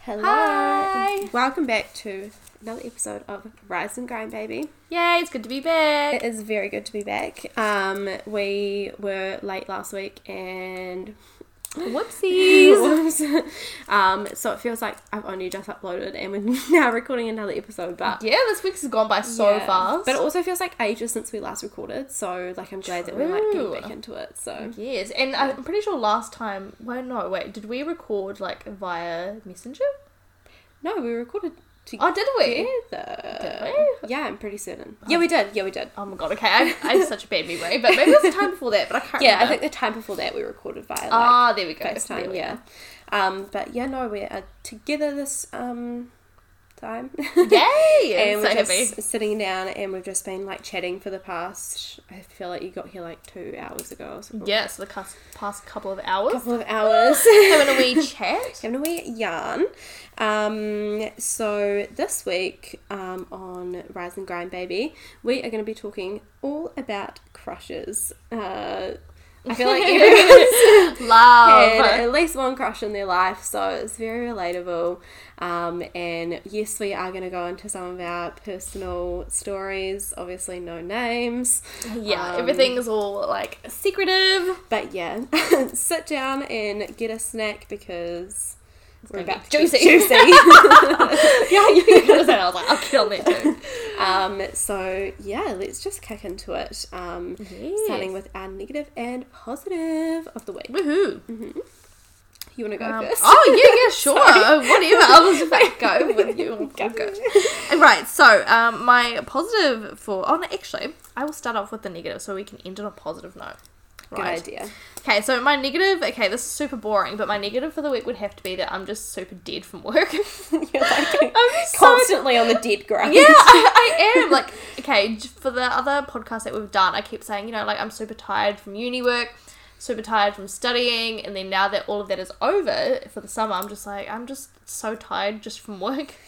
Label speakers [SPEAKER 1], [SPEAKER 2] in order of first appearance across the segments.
[SPEAKER 1] Hello.
[SPEAKER 2] Hi.
[SPEAKER 1] Welcome back to another episode of Rise and Grind Baby.
[SPEAKER 2] Yay, it's good to be back.
[SPEAKER 1] It is very good to be back. Um, we were late last week and
[SPEAKER 2] Whoopsies.
[SPEAKER 1] um, so it feels like I've only just uploaded and we're now recording another episode, but
[SPEAKER 2] yeah, this week's has gone by so
[SPEAKER 1] Yeah.
[SPEAKER 2] fast.
[SPEAKER 1] But it also feels like ages since we last recorded, so like I'm glad that we're like getting
[SPEAKER 2] True.
[SPEAKER 1] back into it. So
[SPEAKER 2] yes, and I'm pretty sure last time. Well, no, wait. Did we record like via Messenger?
[SPEAKER 1] no, we recorded together.
[SPEAKER 2] Oh, did we? Did
[SPEAKER 1] Yeah, I'm pretty certain. Yeah, we did. Yeah, we did.
[SPEAKER 2] Oh my god. Okay, I, I have such a bad memory, but maybe it was the time before that. But I can't.
[SPEAKER 1] Yeah, Oh, I
[SPEAKER 2] remember.
[SPEAKER 1] think the time before that we recorded via like,
[SPEAKER 2] Ah, there we go. There
[SPEAKER 1] FaceTime,
[SPEAKER 2] we
[SPEAKER 1] yeah. Um, but yeah, no, we are together this um time.
[SPEAKER 2] go. Yay!
[SPEAKER 1] and
[SPEAKER 2] so
[SPEAKER 1] we're
[SPEAKER 2] happy.
[SPEAKER 1] just sitting down and we've just been like chatting for the past I feel like you got here like two hours ago or something.
[SPEAKER 2] Yes, the cus- past couple of hours.
[SPEAKER 1] Couple of hours.
[SPEAKER 2] Having a wee chat.
[SPEAKER 1] Having a wee yarn. Um, so this week um, on Rise and Grind Baby, we are going to be talking all about crushes. Uh, I feel like everyone's
[SPEAKER 2] Love.
[SPEAKER 1] had at least one crush in their life, so it's very relatable. Um, and yes, we are going to go into some of our personal stories, obviously, no names.
[SPEAKER 2] Yeah,
[SPEAKER 1] Um,
[SPEAKER 2] everything is all like secretive.
[SPEAKER 1] But yeah, sit down and get a snack because we're
[SPEAKER 2] gonna
[SPEAKER 1] about
[SPEAKER 2] be
[SPEAKER 1] to get
[SPEAKER 2] juicy.
[SPEAKER 1] juicy.
[SPEAKER 2] yeah, you noticed
[SPEAKER 1] "Oh,
[SPEAKER 2] that. I was like, I'll get on that too.
[SPEAKER 1] um, so yeah, let's just kick into it. Um, Starting with our negative and positive of the week.
[SPEAKER 2] woohoo.
[SPEAKER 1] You want to go
[SPEAKER 2] Um,
[SPEAKER 1] first?
[SPEAKER 2] oh yeah, yeah, sure, whatever. I'll just like, go with you.
[SPEAKER 1] Go.
[SPEAKER 2] I'll go. And Right. So, um, my positive for oh, no, actually, I will start off with the negative, so we can end on a positive note.
[SPEAKER 1] Good
[SPEAKER 2] Right.
[SPEAKER 1] idea.
[SPEAKER 2] Okay, so my negative. Okay, this is super boring, but my negative for the week would have to be that I'm just super dead from
[SPEAKER 1] You're
[SPEAKER 2] work.
[SPEAKER 1] like
[SPEAKER 2] I'm so
[SPEAKER 1] constantly on the dead ground.
[SPEAKER 2] Yeah, I, I am. Like, okay, j- for the other podcast that we've done, I keep saying, you know, like I'm super tired from uni work, super tired from studying, and then now that all of that is over for the summer, I'm just like, I'm just so tired just from work.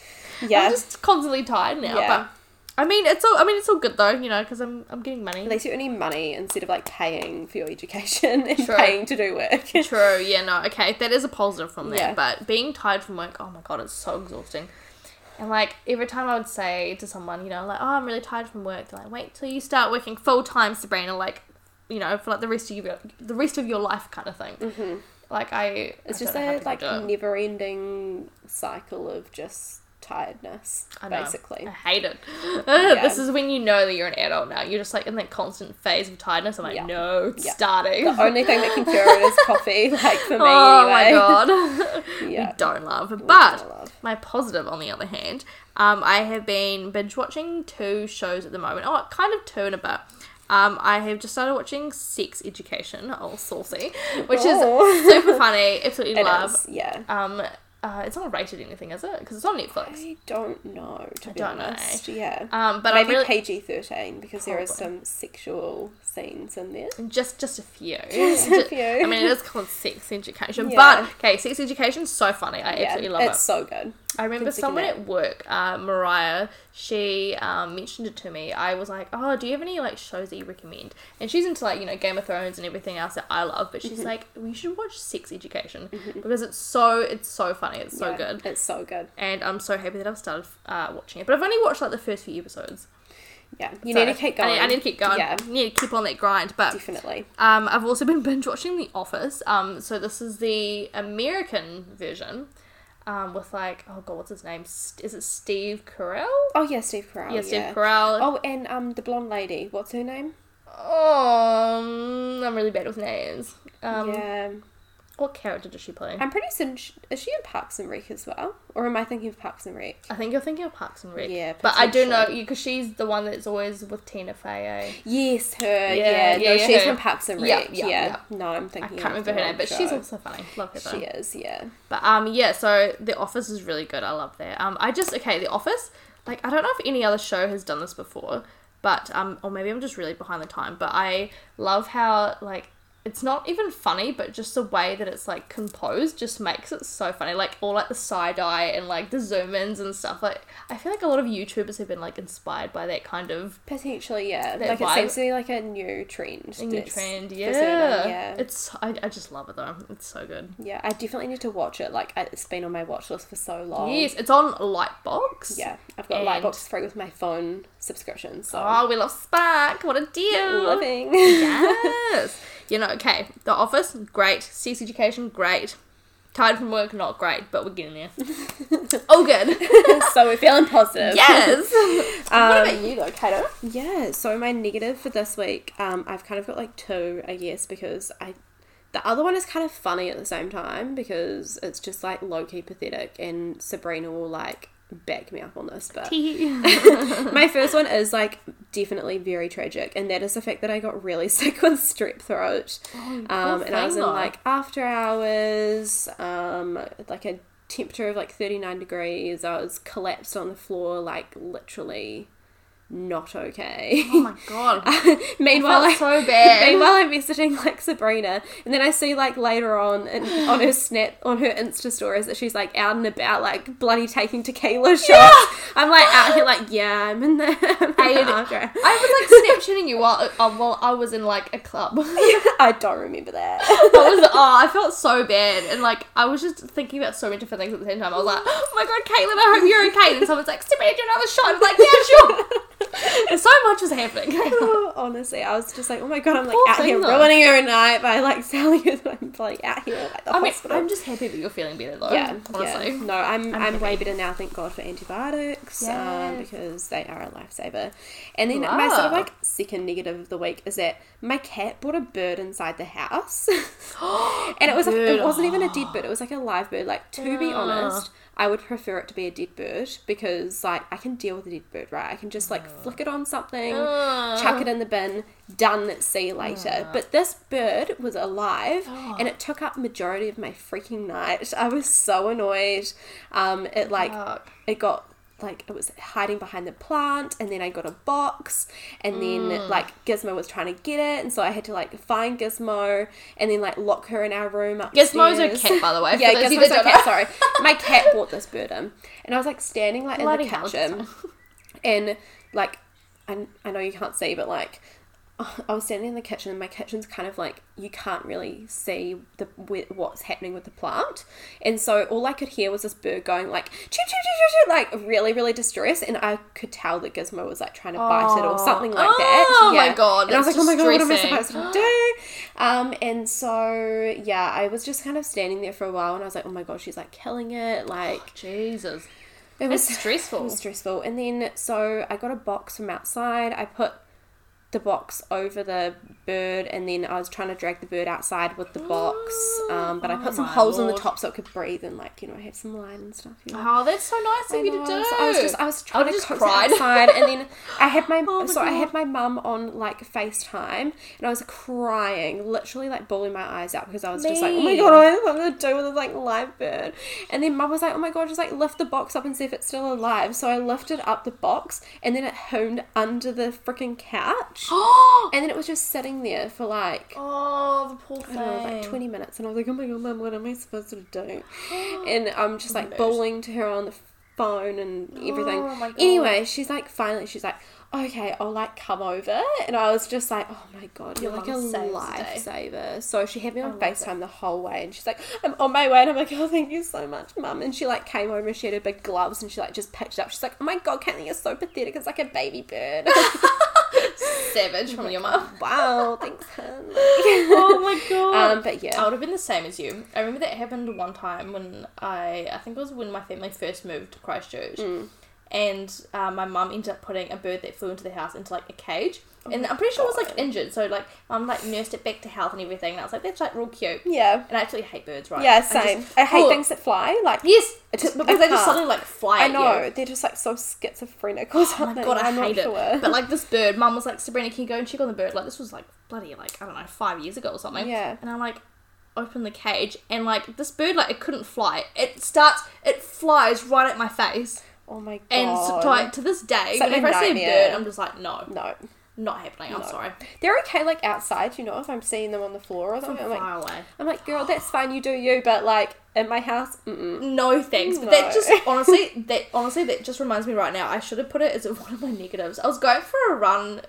[SPEAKER 1] Yeah.
[SPEAKER 2] I'm just constantly tired now.
[SPEAKER 1] Yeah.
[SPEAKER 2] But I mean, it's all. I mean, it's all good though, you know, because I'm I'm getting money.
[SPEAKER 1] At least you earning money instead of like paying for your education and
[SPEAKER 2] True.
[SPEAKER 1] paying to do work.
[SPEAKER 2] True. Yeah. No. Okay. That is a positive from that.
[SPEAKER 1] Yeah.
[SPEAKER 2] But being tired from work, oh my god, it's so exhausting. And like every time I would say to someone, you know, like, oh, I'm really tired from work. They're like, wait till you start working full time, Sabrina. Like, you know, for like the rest of your the rest of your life kind of thing. Mm-hmm. Like I,
[SPEAKER 1] It's
[SPEAKER 2] I
[SPEAKER 1] just
[SPEAKER 2] don't know how
[SPEAKER 1] a
[SPEAKER 2] people
[SPEAKER 1] like
[SPEAKER 2] do it.
[SPEAKER 1] never ending cycle of just tiredness,
[SPEAKER 2] I know.
[SPEAKER 1] basically.
[SPEAKER 2] I hate it.
[SPEAKER 1] Yeah.
[SPEAKER 2] This is when you know that you're an adult now. You're just like in that constant phase of tiredness. I'm like,
[SPEAKER 1] Yeah.
[SPEAKER 2] no, it's
[SPEAKER 1] Yeah.
[SPEAKER 2] starting.
[SPEAKER 1] The only thing that can cure it is coffee, like for me
[SPEAKER 2] oh
[SPEAKER 1] anyway.
[SPEAKER 2] my god.
[SPEAKER 1] Yeah.
[SPEAKER 2] We don't love.
[SPEAKER 1] don't
[SPEAKER 2] But
[SPEAKER 1] love.
[SPEAKER 2] my positive, on the other hand, um, I have been binge watching two shows at the moment. Oh, kind of two and a bit. Um, I have just started watching Sex Education, or Saucy, which
[SPEAKER 1] Oh.
[SPEAKER 2] is super funny. Absolutely
[SPEAKER 1] It
[SPEAKER 2] love.
[SPEAKER 1] is, yeah.
[SPEAKER 2] Um, uh, it's not rated anything, is it? Because it's on Netflix.
[SPEAKER 1] I don't know, to be
[SPEAKER 2] don't know.
[SPEAKER 1] honest. Yeah.
[SPEAKER 2] Um, but I'm
[SPEAKER 1] Maybe
[SPEAKER 2] really
[SPEAKER 1] PG thirteen because there is
[SPEAKER 2] Probably.
[SPEAKER 1] some sexual scenes in there.
[SPEAKER 2] just just a few.
[SPEAKER 1] Just a
[SPEAKER 2] Ju-
[SPEAKER 1] few.
[SPEAKER 2] I mean, it is called Sex Education,
[SPEAKER 1] Yeah.
[SPEAKER 2] but okay, Sex Education's so funny. I absolutely love it.
[SPEAKER 1] it's so good.
[SPEAKER 2] I remember
[SPEAKER 1] Good to
[SPEAKER 2] someone
[SPEAKER 1] connect.
[SPEAKER 2] at work, uh, Mariah, she um, mentioned it to me. I was like, Oh, do you have any like shows that you recommend? And she's into like, you know, Game of Thrones and everything else that I love, but
[SPEAKER 1] Mm-hmm.
[SPEAKER 2] she's like, We should watch Sex Education because it's so it's so funny, it's so
[SPEAKER 1] Yeah,
[SPEAKER 2] good.
[SPEAKER 1] It's so good.
[SPEAKER 2] And I'm so happy that I've started uh, watching it. But I've only watched like the first few episodes.
[SPEAKER 1] Yeah. You
[SPEAKER 2] So
[SPEAKER 1] need to keep
[SPEAKER 2] I
[SPEAKER 1] going.
[SPEAKER 2] need, I need to keep going.
[SPEAKER 1] Yeah,
[SPEAKER 2] Yeah. Need to keep on that grind. But
[SPEAKER 1] definitely.
[SPEAKER 2] um, I've also been binge watching The Office. Um, so this is the American version, um, with like oh god, what's his name? St- is it Steve Carell?
[SPEAKER 1] Oh yeah, Steve Carell.
[SPEAKER 2] yeah, Steve
[SPEAKER 1] yeah.
[SPEAKER 2] Carell.
[SPEAKER 1] Oh, and um, the blonde lady. What's her name?
[SPEAKER 2] Um, I'm really bad with names. Um,
[SPEAKER 1] Oh. yeah,
[SPEAKER 2] what character does she play?
[SPEAKER 1] I'm pretty certain. She, is she in Parks and Rec as well, or am I thinking of Parks and Rec?
[SPEAKER 2] I think you're thinking of Parks and Rec.
[SPEAKER 1] Yeah,
[SPEAKER 2] but I do know
[SPEAKER 1] potentially.
[SPEAKER 2] you because she's the one that's always with Tina Fey. eh?
[SPEAKER 1] Yes, her. Yeah,
[SPEAKER 2] Yeah,
[SPEAKER 1] no,
[SPEAKER 2] yeah, yeah,
[SPEAKER 1] she's
[SPEAKER 2] her.
[SPEAKER 1] from Parks and Rec.
[SPEAKER 2] Yeah,
[SPEAKER 1] Yeah,
[SPEAKER 2] yeah, yeah.
[SPEAKER 1] No, I'm
[SPEAKER 2] I
[SPEAKER 1] thinking.
[SPEAKER 2] can't
[SPEAKER 1] of
[SPEAKER 2] remember
[SPEAKER 1] the
[SPEAKER 2] her name,
[SPEAKER 1] wrong
[SPEAKER 2] but she's
[SPEAKER 1] show.
[SPEAKER 2] also funny. Love her though.
[SPEAKER 1] She is. Yeah.
[SPEAKER 2] But um yeah, so The Office is really good. I love that. Um I just okay, The Office, like I don't know if any other show has done this before, but um or maybe I'm just really behind the time, but I love how like it's not even funny, but just the way that it's like composed just makes it so funny. Like all like the side eye and like the zoom ins and stuff. Like I feel like a lot of YouTubers have been like inspired by that kind of
[SPEAKER 1] Potentially, yeah.
[SPEAKER 2] That
[SPEAKER 1] like
[SPEAKER 2] vibe.
[SPEAKER 1] it seems to be like a new trend.
[SPEAKER 2] new
[SPEAKER 1] that's-
[SPEAKER 2] trend.
[SPEAKER 1] for
[SPEAKER 2] Yeah.
[SPEAKER 1] certain, yeah.
[SPEAKER 2] it's I, I just love it though. It's so good.
[SPEAKER 1] yeah, I definitely need to watch it. Like I- it's been on my watch list for so long.
[SPEAKER 2] Yes, it's on Lightbox.
[SPEAKER 1] Oh. Yeah, I've got
[SPEAKER 2] And-
[SPEAKER 1] Lightbox free with my phone subscription, so
[SPEAKER 2] Oh, we love Spark. What a deal.
[SPEAKER 1] living.
[SPEAKER 2] yes. You know, okay. The Office, great. Sex Education, great. Tired from work, not great, but we're getting there. oh, good.
[SPEAKER 1] so we're feeling positive.
[SPEAKER 2] Yes. what
[SPEAKER 1] Um,
[SPEAKER 2] about you though, Kato?
[SPEAKER 1] yeah. So my negative for this week, um, I've kind of got like two, I guess, because I, the other one is kind of funny at the same time because it's just like low key pathetic, and Sabrina will like back me up on this, but
[SPEAKER 2] oh,
[SPEAKER 1] my first one is like definitely very tragic, and that is the fact that I got really sick with strep throat. um, and I was in
[SPEAKER 2] thing,
[SPEAKER 1] like after hours, um, like a temperature of like 39 degrees. I was collapsed on the floor, like literally not okay.
[SPEAKER 2] oh my god. I
[SPEAKER 1] meanwhile,
[SPEAKER 2] felt
[SPEAKER 1] I.
[SPEAKER 2] so bad.
[SPEAKER 1] Meanwhile, I'm messaging like Sabrina, and then I see like later on in, on her snap on her Insta stories that she's like out and about, like bloody taking tequila shots. I'm like out here, like yeah, I'm in the, I'm in the
[SPEAKER 2] Aid.
[SPEAKER 1] after hours."
[SPEAKER 2] I was like snapchatting you while, uh, while I was in like a club.
[SPEAKER 1] I don't remember that.
[SPEAKER 2] I was oh, I felt so bad, and like I was just thinking about so many different things at the same time. I was like, oh my god, Caitlin, I hope you're okay. And someone's like, Sabrina, do another shot. I'm like, yeah, sure. And so much was happening.
[SPEAKER 1] Oh, Honestly, I was just like, oh my god, I'm like
[SPEAKER 2] Poor
[SPEAKER 1] out here
[SPEAKER 2] thing, though.
[SPEAKER 1] ruining her night by like telling her that I'm bloody out here like the
[SPEAKER 2] I mean,
[SPEAKER 1] hospital.
[SPEAKER 2] I'm just happy that you're feeling better though.
[SPEAKER 1] yeah,
[SPEAKER 2] honestly.
[SPEAKER 1] yeah. No, I'm I'm,
[SPEAKER 2] happy.
[SPEAKER 1] way better now. Thank God for antibiotics, um,
[SPEAKER 2] Yes.
[SPEAKER 1] because they are a lifesaver. And then my sort of
[SPEAKER 2] Wow.
[SPEAKER 1] like second negative of the week is that my cat brought a bird inside the house,
[SPEAKER 2] Oh,
[SPEAKER 1] and it was like,
[SPEAKER 2] Bird.
[SPEAKER 1] it wasn't even a dead bird. It was like a live bird. Like to be
[SPEAKER 2] Ugh.
[SPEAKER 1] honest, I would prefer it to be a dead bird because like I can deal with a dead bird, right? I can just like flick it on something
[SPEAKER 2] Ugh.
[SPEAKER 1] chuck it in the bin, done, see you later. But this bird was alive and it took up majority of my freaking night. I was so annoyed. Um, it like
[SPEAKER 2] Oh, Fuck.
[SPEAKER 1] it got like it was hiding behind the plant and then I got a box and
[SPEAKER 2] Mm.
[SPEAKER 1] then like Gizmo was trying to get it and so I had to like find Gizmo and then like lock her in our room upstairs.
[SPEAKER 2] Gizmo's a cat, by the way.
[SPEAKER 1] yeah,
[SPEAKER 2] for those of you
[SPEAKER 1] Gizmo's
[SPEAKER 2] that
[SPEAKER 1] a
[SPEAKER 2] don't
[SPEAKER 1] cat,
[SPEAKER 2] know.
[SPEAKER 1] sorry. My cat bought this bird in and I was like standing like
[SPEAKER 2] Bloody
[SPEAKER 1] in the
[SPEAKER 2] hell,
[SPEAKER 1] kitchen and like I, I know you can't see but like i was standing in the kitchen and my kitchen's kind of like you can't really see the wh- what's happening with the plant and so all i could hear was this bird going like choo choo choo choo choo like really really distressed and i could tell that gizmo was like trying to bite it or
[SPEAKER 2] Oh.
[SPEAKER 1] something like that
[SPEAKER 2] Oh my
[SPEAKER 1] Yeah.
[SPEAKER 2] God,
[SPEAKER 1] and i was like
[SPEAKER 2] that's
[SPEAKER 1] oh my god what am i
[SPEAKER 2] distressing.
[SPEAKER 1] supposed to do um and so yeah i was just kind of standing there for a while and i was like oh my god she's like killing it like
[SPEAKER 2] Jesus.
[SPEAKER 1] it
[SPEAKER 2] It's
[SPEAKER 1] was
[SPEAKER 2] stressful.
[SPEAKER 1] it was stressful. And then, so I got a box from outside. I put the box over the bird, and then I was trying to drag the bird outside with the box. Um, but I
[SPEAKER 2] Oh
[SPEAKER 1] put some
[SPEAKER 2] my
[SPEAKER 1] holes in the
[SPEAKER 2] lord.
[SPEAKER 1] top so it could breathe and, like, you know, have some light and stuff. You know.
[SPEAKER 2] Oh, that's so nice of
[SPEAKER 1] I
[SPEAKER 2] you to do.
[SPEAKER 1] know, so I was just, I was trying
[SPEAKER 2] would've
[SPEAKER 1] to
[SPEAKER 2] just
[SPEAKER 1] coax it
[SPEAKER 2] cried.
[SPEAKER 1] outside, and then I had my,
[SPEAKER 2] Oh my
[SPEAKER 1] so I
[SPEAKER 2] God.
[SPEAKER 1] had my mum on like FaceTime, and I was crying, literally like bawling my eyes out because I was just like, oh my
[SPEAKER 2] Me.
[SPEAKER 1] god, I don't know what I'm gonna do with this like live bird, and then mum was like, oh my god, just like lift the box up and see if it's still alive. So I lifted up the box, and then it homed under the freaking couch,
[SPEAKER 2] oh,
[SPEAKER 1] and then it was just sitting there for like
[SPEAKER 2] the poor
[SPEAKER 1] I
[SPEAKER 2] thing.
[SPEAKER 1] don't know, like 20 minutes. And I was like, oh my god, mum, what am I supposed to do? and I'm just like
[SPEAKER 2] Embarrassed.
[SPEAKER 1] bawling to her on the phone and everything.
[SPEAKER 2] Oh my God.
[SPEAKER 1] Anyway, she's like, finally, she's like, okay, I'll like come over. And I was just like, oh my god, you're
[SPEAKER 2] Your
[SPEAKER 1] like a
[SPEAKER 2] mum saves
[SPEAKER 1] lifesaver. So she had me on
[SPEAKER 2] love it.
[SPEAKER 1] FaceTime the whole way. And she's like, I'm on my way. And I'm like, oh, thank you so much, mum. And she like came over and she had her big gloves and she like just picked it up. She's like, oh my god, Caitlin, you're so pathetic. It's like a baby bird.
[SPEAKER 2] Savage from your mum.
[SPEAKER 1] wow, thanks, hun.
[SPEAKER 2] oh my god.
[SPEAKER 1] Um, but yeah.
[SPEAKER 2] I would have been the same as you. I remember that happened one time when I, I think it was when my family first moved to Christchurch,
[SPEAKER 1] Mm.
[SPEAKER 2] and uh, my mum ended up putting a bird that flew into the house into like a cage, and I'm pretty sure it was like
[SPEAKER 1] Oh God.
[SPEAKER 2] injured. So like mum like nursed it back to health and everything, and I was like, that's like real cute.
[SPEAKER 1] Yeah.
[SPEAKER 2] And I actually hate birds, right?
[SPEAKER 1] Yeah,
[SPEAKER 2] just-
[SPEAKER 1] same. I, hate
[SPEAKER 2] Oh,
[SPEAKER 1] things that fly. Like
[SPEAKER 2] Yes,
[SPEAKER 1] It's-
[SPEAKER 2] just
[SPEAKER 1] I
[SPEAKER 2] because they just
[SPEAKER 1] can't.
[SPEAKER 2] suddenly like fly.
[SPEAKER 1] I
[SPEAKER 2] at you.
[SPEAKER 1] know they're just like so schizophrenic or
[SPEAKER 2] Oh my
[SPEAKER 1] something.
[SPEAKER 2] god, I
[SPEAKER 1] am
[SPEAKER 2] hate
[SPEAKER 1] not sure.
[SPEAKER 2] it. But like this bird, mum was like, Sabrina, can you go and check on the bird? Like this was like bloody like, I don't know, five years ago or something.
[SPEAKER 1] Yeah.
[SPEAKER 2] And I'm like, open the cage and like this bird like it couldn't fly. It starts it flies right at my face.
[SPEAKER 1] oh my god.
[SPEAKER 2] And so, to, like, to this day,
[SPEAKER 1] Such a
[SPEAKER 2] whenever I see a
[SPEAKER 1] nightmare.
[SPEAKER 2] bird, I'm just like, no.
[SPEAKER 1] no,
[SPEAKER 2] not happening. I'm
[SPEAKER 1] No.
[SPEAKER 2] sorry.
[SPEAKER 1] They're okay, like outside, you know, if I'm seeing them on the floor or
[SPEAKER 2] From
[SPEAKER 1] something. I'm like,
[SPEAKER 2] far away.
[SPEAKER 1] I'm like, girl, that's fine, you do you, but like in my house, mm-mm.
[SPEAKER 2] No thanks. But that
[SPEAKER 1] No.
[SPEAKER 2] just honestly that honestly that just reminds me right now. I should have put it as one of my negatives. I was going for a run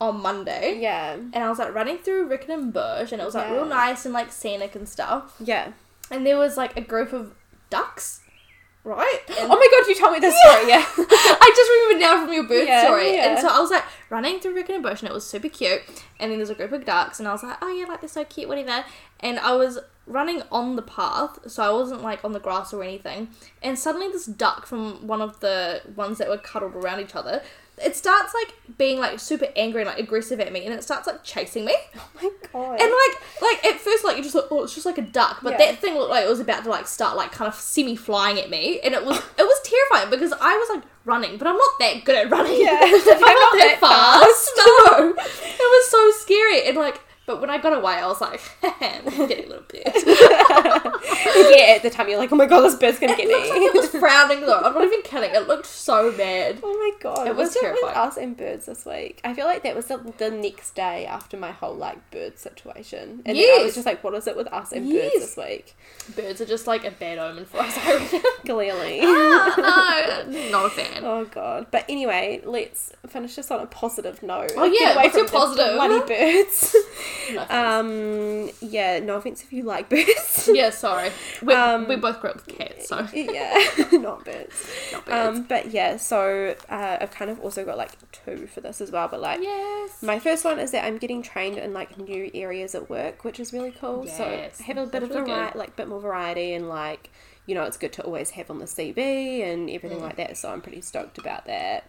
[SPEAKER 2] on Monday.
[SPEAKER 1] yeah,
[SPEAKER 2] And I was like running through Rickon and Bush and it was like real
[SPEAKER 1] Yeah.
[SPEAKER 2] nice and like scenic and stuff.
[SPEAKER 1] yeah.
[SPEAKER 2] And there was like a group of ducks, right?
[SPEAKER 1] Oh
[SPEAKER 2] And-
[SPEAKER 1] my god, you told me this story. Yeah, Oh
[SPEAKER 2] I just remembered now from your bird
[SPEAKER 1] Yeah,
[SPEAKER 2] story. And
[SPEAKER 1] yeah.
[SPEAKER 2] so I was like running through Rick and Bush and it was super cute. And then there's a group of ducks and I was like, oh yeah, like they're so cute, whatever. And I was running on the path, so I wasn't like on the grass or anything. And suddenly this duck from one of the ones that were cuddled around each other, it starts like being like super angry and like aggressive at me and it starts like chasing me.
[SPEAKER 1] oh my god.
[SPEAKER 2] And like, like at first, like you just thought, oh, it's just like a duck, but
[SPEAKER 1] Yeah.
[SPEAKER 2] that thing looked like it was about to like start like kind of semi flying at me, and it was it was terrifying because I was like running, but I'm not that good at running.
[SPEAKER 1] Yeah.
[SPEAKER 2] I'm not
[SPEAKER 1] You're not
[SPEAKER 2] that,
[SPEAKER 1] that
[SPEAKER 2] fast. No, it was so scary, and like, but when I got away, I was like, get a little bit.
[SPEAKER 1] yeah, at the time you're like, oh my god, this bird's gonna get me.
[SPEAKER 2] it was frowning though. I'm not even kidding. It looked so bad.
[SPEAKER 1] Oh my god!
[SPEAKER 2] It was
[SPEAKER 1] What's up with
[SPEAKER 2] terrifying.
[SPEAKER 1] us and birds this week. I feel like that was the, the next day after my whole like bird situation, and then I
[SPEAKER 2] Yes.
[SPEAKER 1] was just like, "What is it with us and
[SPEAKER 2] Yes.
[SPEAKER 1] birds this week?"
[SPEAKER 2] Birds are just like a bad omen for us. I reckon.
[SPEAKER 1] Clearly.
[SPEAKER 2] Ah, no, not a fan.
[SPEAKER 1] Oh god! But anyway, let's finish this on a positive note.
[SPEAKER 2] Oh, yeah,
[SPEAKER 1] Get away
[SPEAKER 2] what's your
[SPEAKER 1] from the
[SPEAKER 2] positive?
[SPEAKER 1] Bloody birds.
[SPEAKER 2] No thanks.
[SPEAKER 1] um. Yeah. No offense if you like birds.
[SPEAKER 2] yeah, sorry. We,
[SPEAKER 1] Um,
[SPEAKER 2] we both grew up with cats, so
[SPEAKER 1] yeah, not birds.
[SPEAKER 2] not bad.
[SPEAKER 1] Um, but yeah, so uh, I've kind of also got like two for this as well. But like,
[SPEAKER 2] yes.
[SPEAKER 1] My first one is that I'm getting trained in like new areas at work, which is really cool. So
[SPEAKER 2] Yes,
[SPEAKER 1] I have a bit
[SPEAKER 2] that's
[SPEAKER 1] of
[SPEAKER 2] really
[SPEAKER 1] vari- like bit more variety and like you know it's good to always have on the CV and
[SPEAKER 2] Mm.
[SPEAKER 1] everything like that. So I'm pretty stoked about that.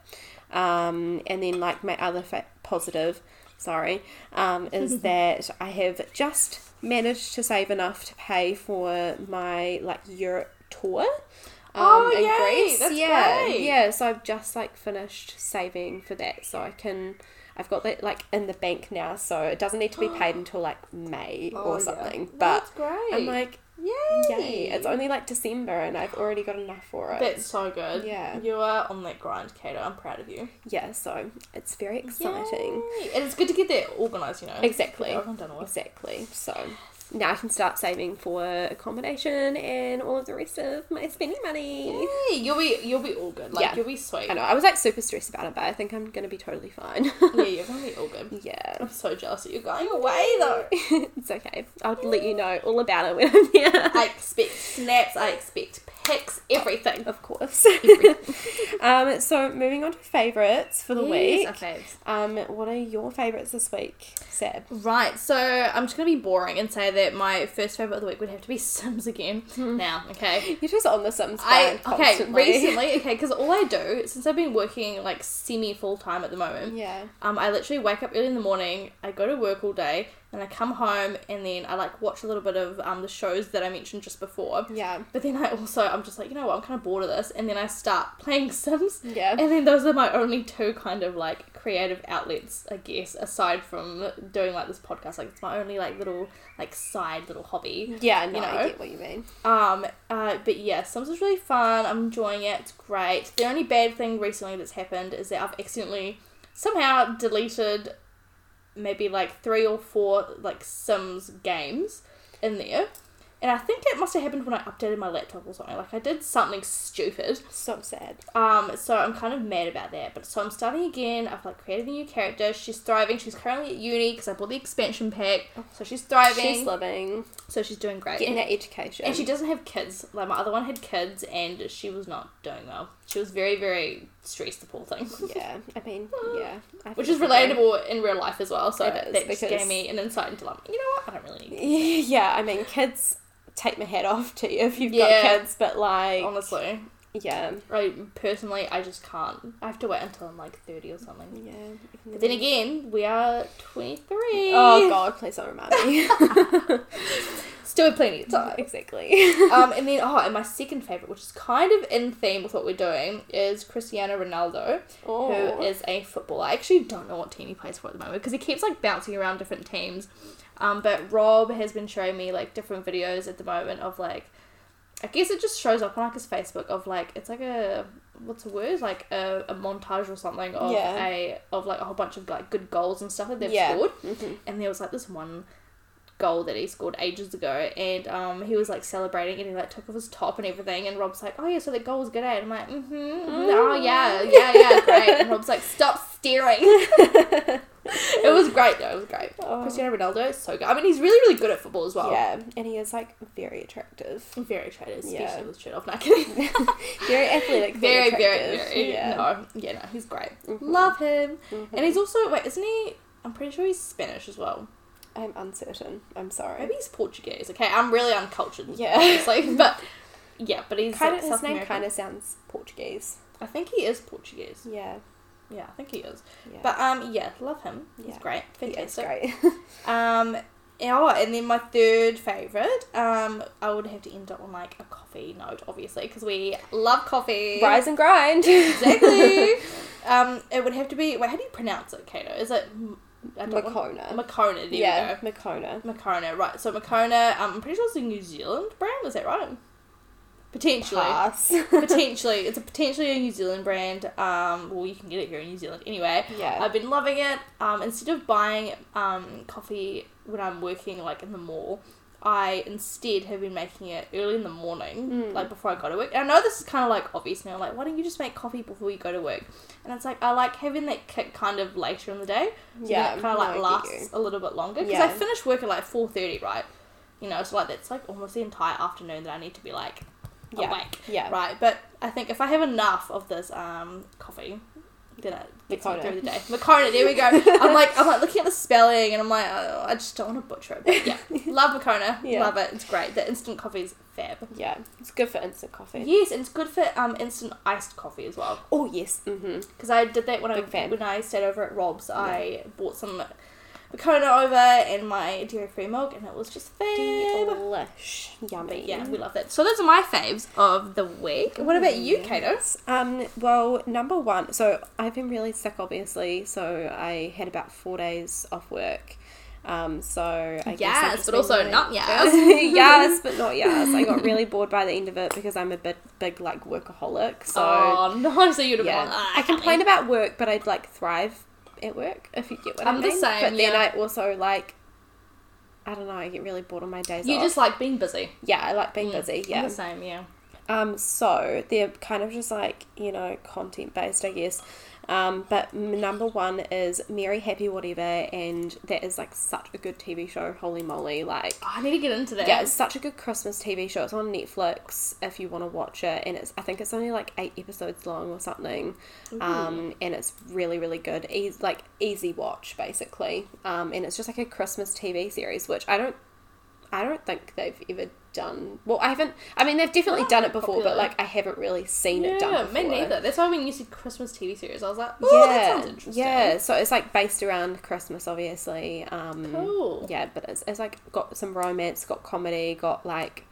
[SPEAKER 1] Um, and then like my other fa- positive, sorry, um, is that I have just managed to save enough to pay for my like Europe tour. um,
[SPEAKER 2] Oh,
[SPEAKER 1] in
[SPEAKER 2] yay, that's
[SPEAKER 1] yeah,
[SPEAKER 2] great.
[SPEAKER 1] yeah. Yeah, so I've just like finished saving for that, so I can. I've got that like in the bank now, so it doesn't need to be paid until like May
[SPEAKER 2] Oh,
[SPEAKER 1] or something. But
[SPEAKER 2] that's great.
[SPEAKER 1] I'm like,
[SPEAKER 2] yay!
[SPEAKER 1] yay! It's only like December, and I've already got enough for it.
[SPEAKER 2] that's so good.
[SPEAKER 1] Yeah.
[SPEAKER 2] you are on that grind, Kato. I'm proud of you.
[SPEAKER 1] yeah, so it's very exciting.
[SPEAKER 2] Yay. and it's good to get that organised. You know,
[SPEAKER 1] Exactly.
[SPEAKER 2] Get everyone done all this.
[SPEAKER 1] Exactly. So now I can start saving for accommodation and all of the rest of my spending money.
[SPEAKER 2] Yay, you'll be you'll be all good. Like
[SPEAKER 1] Yeah.
[SPEAKER 2] you'll be sweet.
[SPEAKER 1] I know. I was like super stressed about it, but I think I'm gonna be totally fine.
[SPEAKER 2] Yeah, you're gonna be all good.
[SPEAKER 1] yeah.
[SPEAKER 2] I'm so jealous that you're going away though.
[SPEAKER 1] it's okay. I'll let you know all about it when I'm there.
[SPEAKER 2] I expect snaps. I expect pics. Everything.
[SPEAKER 1] Of course. um, so moving on to favourites for the week. Um, what are your favourites this week, Seb?
[SPEAKER 2] Right, so I'm just gonna be boring and say that my first favorite of the week would have to be Sims again. Now, okay.
[SPEAKER 1] You're just on the Sims
[SPEAKER 2] I
[SPEAKER 1] grind
[SPEAKER 2] okay
[SPEAKER 1] Hmm. constantly.
[SPEAKER 2] recently okay because all I do since I've been working like semi full time at the moment.
[SPEAKER 1] Yeah.
[SPEAKER 2] Um, I literally wake up early in the morning. I go to work all day, and I come home, and then I like watch a little bit of um the shows that I mentioned just before.
[SPEAKER 1] Yeah.
[SPEAKER 2] But then I also I'm just like you know what I'm kind of bored of this, and then I start playing Sims.
[SPEAKER 1] Yeah.
[SPEAKER 2] And then those are my only two kind of like creative outlets, I guess, aside from doing like this podcast. Like it's my only like little like side little hobby.
[SPEAKER 1] yeah, no,
[SPEAKER 2] you know.
[SPEAKER 1] I get what you mean.
[SPEAKER 2] Um, uh, but yeah, Sims is really fun. I'm enjoying it. It's great. The only bad thing recently that's happened is that I've accidentally somehow deleted maybe like three or four like Sims games in there. And I think it must have happened when I updated my laptop or something. Like I did something stupid.
[SPEAKER 1] So sad.
[SPEAKER 2] Um, so I'm kind of mad about that. But so I'm starting again. I've like created a new character. She's thriving. She's currently at uni because I bought the expansion pack. So she's thriving.
[SPEAKER 1] Oh. She's living,
[SPEAKER 2] so she's doing great.
[SPEAKER 1] getting
[SPEAKER 2] And-
[SPEAKER 1] that education.
[SPEAKER 2] and she doesn't have kids. Like my other one had kids, and she was not doing well. She was very, very stressed. The poor thing,
[SPEAKER 1] Yeah, I mean, yeah. I
[SPEAKER 2] which
[SPEAKER 1] feel
[SPEAKER 2] is
[SPEAKER 1] for her.
[SPEAKER 2] relatable in real life as well. So
[SPEAKER 1] It is,
[SPEAKER 2] that just
[SPEAKER 1] because-
[SPEAKER 2] gave me an insight into like, you know what? I don't really need.
[SPEAKER 1] Yeah, I mean, kids take my head off to you if you've
[SPEAKER 2] Yeah.
[SPEAKER 1] got kids, but like,
[SPEAKER 2] Kids. Honestly,
[SPEAKER 1] yeah,
[SPEAKER 2] right? Personally, I just can't. I have to wait until I'm like thirty or something.
[SPEAKER 1] yeah.
[SPEAKER 2] But then again, we are twenty three.
[SPEAKER 1] oh god, please don't remind me.
[SPEAKER 2] still have plenty of time.
[SPEAKER 1] exactly.
[SPEAKER 2] um, and then oh, and my second favorite, which is kind of in theme with what we're doing, is Cristiano Ronaldo.
[SPEAKER 1] Oh.
[SPEAKER 2] who is a footballer. I actually don't know what team he plays for at the moment because he keeps like bouncing around different teams. Um, but Rob has been showing me like different videos at the moment of like, I guess it just shows up on like his Facebook of like it's like a what's the word like a, a montage or something of
[SPEAKER 1] Yeah.
[SPEAKER 2] a of like a whole bunch of like good goals and stuff that they've
[SPEAKER 1] Yeah.
[SPEAKER 2] scored.
[SPEAKER 1] Mhm.
[SPEAKER 2] And there was like this one goal that he scored ages ago, and um he was like celebrating and he like took off his top and everything. And Rob's like, oh yeah, so the goal was good. eh?" And I'm like, mm-hmm, oh yeah,
[SPEAKER 1] Mm.
[SPEAKER 2] yeah, yeah, great. And Rob's like, stop staring. it was great though. It was great.
[SPEAKER 1] Oh.
[SPEAKER 2] Cristiano Ronaldo is so good. I mean, he's really really good at football as well.
[SPEAKER 1] Yeah, and he is like very attractive,
[SPEAKER 2] Very attractive,
[SPEAKER 1] Yeah.
[SPEAKER 2] especially with shit off. Not kidding.
[SPEAKER 1] very athletic,
[SPEAKER 2] very, very,
[SPEAKER 1] attractive.
[SPEAKER 2] very.
[SPEAKER 1] Yeah, Mm-hmm.
[SPEAKER 2] No, yeah, no, he's great. Love him. And he's also wait, isn't he? I'm pretty sure he's Spanish as well.
[SPEAKER 1] I'm uncertain. I'm sorry.
[SPEAKER 2] Maybe he's Portuguese. Okay, I'm really uncultured.
[SPEAKER 1] Yeah.
[SPEAKER 2] obviously, but yeah, but he's
[SPEAKER 1] Kind
[SPEAKER 2] like,
[SPEAKER 1] of, his
[SPEAKER 2] South
[SPEAKER 1] name
[SPEAKER 2] American.
[SPEAKER 1] kind of sounds Portuguese.
[SPEAKER 2] I think he is Portuguese.
[SPEAKER 1] Yeah,
[SPEAKER 2] Yeah, I think he is.
[SPEAKER 1] yeah.
[SPEAKER 2] But um, yeah, love him. He's
[SPEAKER 1] Yeah.
[SPEAKER 2] great.
[SPEAKER 1] yeah, it's
[SPEAKER 2] Fantastic.
[SPEAKER 1] great.
[SPEAKER 2] Um, and- oh, and then my third favorite. Um, I would have to end up on like a coffee note, obviously, because we love coffee.
[SPEAKER 1] Rise and grind.
[SPEAKER 2] exactly. um, it would have to be. Wait, how do you pronounce it, Kato? Is it M- I don't want-
[SPEAKER 1] Makona.
[SPEAKER 2] Makona? There we
[SPEAKER 1] yeah,
[SPEAKER 2] go.
[SPEAKER 1] Makona.
[SPEAKER 2] Makona, right? So Makona. Um, I'm pretty sure it's a New Zealand brand. Is that right? Potentially.
[SPEAKER 1] Pass.
[SPEAKER 2] potentially, it's a potentially a New Zealand brand. Um, well, you can get it here in New Zealand anyway.
[SPEAKER 1] Yeah.
[SPEAKER 2] I've been loving it. Um, instead of buying um, coffee when I'm working like in the mall, I instead have been making it early in the morning,
[SPEAKER 1] Mm.
[SPEAKER 2] like before I go to work. And I know this is kind of like obvious now, like why don't you just make coffee before you go to work? And it's like I like having that kick kind of later in the day. So yeah,
[SPEAKER 1] Yeah,
[SPEAKER 2] it kind of
[SPEAKER 1] no, I
[SPEAKER 2] like
[SPEAKER 1] get
[SPEAKER 2] lasts a little bit longer because I
[SPEAKER 1] Yeah.
[SPEAKER 2] finish work at like four thirty, right? You know, so like that's like almost the entire afternoon that I need to be like
[SPEAKER 1] Yeah.
[SPEAKER 2] awake.
[SPEAKER 1] yeah,
[SPEAKER 2] Right, but I think if I have enough of this um coffee, then it gets me
[SPEAKER 1] Makona.
[SPEAKER 2] through the day. Makona, there we go. I'm like, I'm like looking at the spelling, and I'm like, oh, I just don't want to butcher it. But yeah, love Makona,
[SPEAKER 1] Yeah.
[SPEAKER 2] love it. It's great. The instant coffee is fab.
[SPEAKER 1] yeah. It's good for instant coffee.
[SPEAKER 2] Yes, and it's good for um instant iced coffee as well.
[SPEAKER 1] Oh yes. Mm-hmm.
[SPEAKER 2] Because I did that when I
[SPEAKER 1] Big fan.
[SPEAKER 2] when I stayed over at Rob's. I bought some Makona over and my dairy free milk, and it was just fab.
[SPEAKER 1] Delish. Yummy.
[SPEAKER 2] But yeah, we love that. So those are my faves of the week. What about you, Kato?
[SPEAKER 1] Um, well, number one, so I've been really sick, obviously. So I had about four days off work. Um, so I guess I've
[SPEAKER 2] Yes,
[SPEAKER 1] just
[SPEAKER 2] but
[SPEAKER 1] been
[SPEAKER 2] also
[SPEAKER 1] like-
[SPEAKER 2] not yes.
[SPEAKER 1] yes, but not yes. I got really bored by the end of it because I'm a bit big like workaholic. So
[SPEAKER 2] oh no! So you'd have
[SPEAKER 1] yeah,
[SPEAKER 2] been like, "Ah,
[SPEAKER 1] I
[SPEAKER 2] can't
[SPEAKER 1] complain
[SPEAKER 2] leave."
[SPEAKER 1] about work, but I'd like thrive at work if you get what i
[SPEAKER 2] I'm the
[SPEAKER 1] mean.
[SPEAKER 2] same,
[SPEAKER 1] but then
[SPEAKER 2] yeah.
[SPEAKER 1] I also like, I don't know, I get really bored on my days
[SPEAKER 2] You
[SPEAKER 1] off.
[SPEAKER 2] just like being busy.
[SPEAKER 1] yeah, I like being busy.
[SPEAKER 2] I'm
[SPEAKER 1] Yeah,
[SPEAKER 2] the same. Yeah.
[SPEAKER 1] um, so they're kind of just like, you know, content based, I guess. Um, but m- number one is Mary Happy Whatever, and that is like such a good TV show. Holy moly! Like,
[SPEAKER 2] Oh, I need to get into that.
[SPEAKER 1] yeah, it's such a good Christmas TV show. It's on Netflix if you want to watch it, and it's I think it's only like eight episodes long or something. Um, and it's really really good, easy like easy watch basically. Um, and it's just like a Christmas TV series, which I don't, I don't think they've ever done. Well, I haven't. I mean, they've definitely
[SPEAKER 2] Not
[SPEAKER 1] done it before,
[SPEAKER 2] Ah, popular.
[SPEAKER 1] but like I haven't really seen it
[SPEAKER 2] Yeah,
[SPEAKER 1] done.
[SPEAKER 2] me
[SPEAKER 1] before.
[SPEAKER 2] neither. That's why when you said Christmas TV series, I was like, oh,
[SPEAKER 1] yeah,
[SPEAKER 2] that sounds interesting.
[SPEAKER 1] yeah. So it's like based around Christmas, obviously. Um,
[SPEAKER 2] Cool.
[SPEAKER 1] yeah but it's, it's like got some romance got comedy got like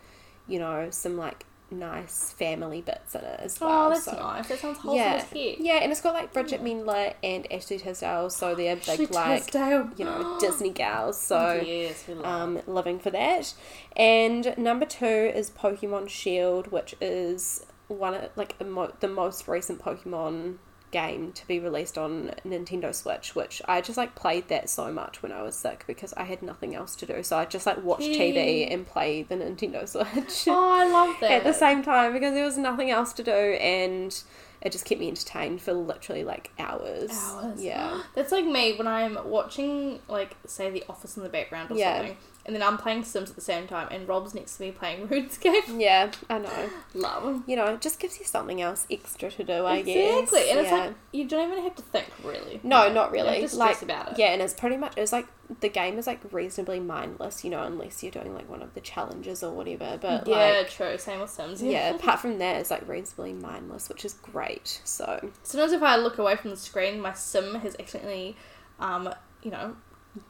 [SPEAKER 1] you know some like nice family bits in it as well
[SPEAKER 2] Oh, that's
[SPEAKER 1] so-
[SPEAKER 2] nice. That sounds wholesome
[SPEAKER 1] yeah
[SPEAKER 2] as heck.
[SPEAKER 1] yeah and it's got like bridget mendler and ashley tisdale so they're big
[SPEAKER 2] Actually,
[SPEAKER 1] like
[SPEAKER 2] Tisdale. Oh,
[SPEAKER 1] you know disney gals so
[SPEAKER 2] yes, we love.
[SPEAKER 1] um, living for that. And number two is Pokemon Shield, which is one of, like a mo- the most recent Pokemon game to be released on Nintendo Switch, which I just like played that so much when I was sick because I had nothing else to do. So I just like watched TV and play the Nintendo Switch
[SPEAKER 2] oh, I love that.
[SPEAKER 1] at the same time because there was nothing else to do and it just kept me entertained for literally like hours.
[SPEAKER 2] hours.
[SPEAKER 1] Yeah.
[SPEAKER 2] That's like me when I'm watching, like, say, The Office in the background or
[SPEAKER 1] Yeah.
[SPEAKER 2] something, and then I'm playing Sims at the same time, and Rob's next to me playing RuneScape.
[SPEAKER 1] Yeah, I know.
[SPEAKER 2] Love.
[SPEAKER 1] You know, it just gives you something else extra to do, I guess.
[SPEAKER 2] Exactly, and it's
[SPEAKER 1] Yeah.
[SPEAKER 2] like you don't even have to think really.
[SPEAKER 1] No, not
[SPEAKER 2] You don't
[SPEAKER 1] really.
[SPEAKER 2] have to
[SPEAKER 1] like
[SPEAKER 2] stress about it.
[SPEAKER 1] yeah, and it's pretty much it's like the game is like reasonably mindless, you know, unless you're doing like one of the challenges or whatever. But
[SPEAKER 2] yeah,
[SPEAKER 1] like
[SPEAKER 2] true. Same with Sims.
[SPEAKER 1] yeah, apart from that, it's like reasonably mindless, which is great. So
[SPEAKER 2] Sometimes if I look away from the screen, my Sim has accidentally, um, you know,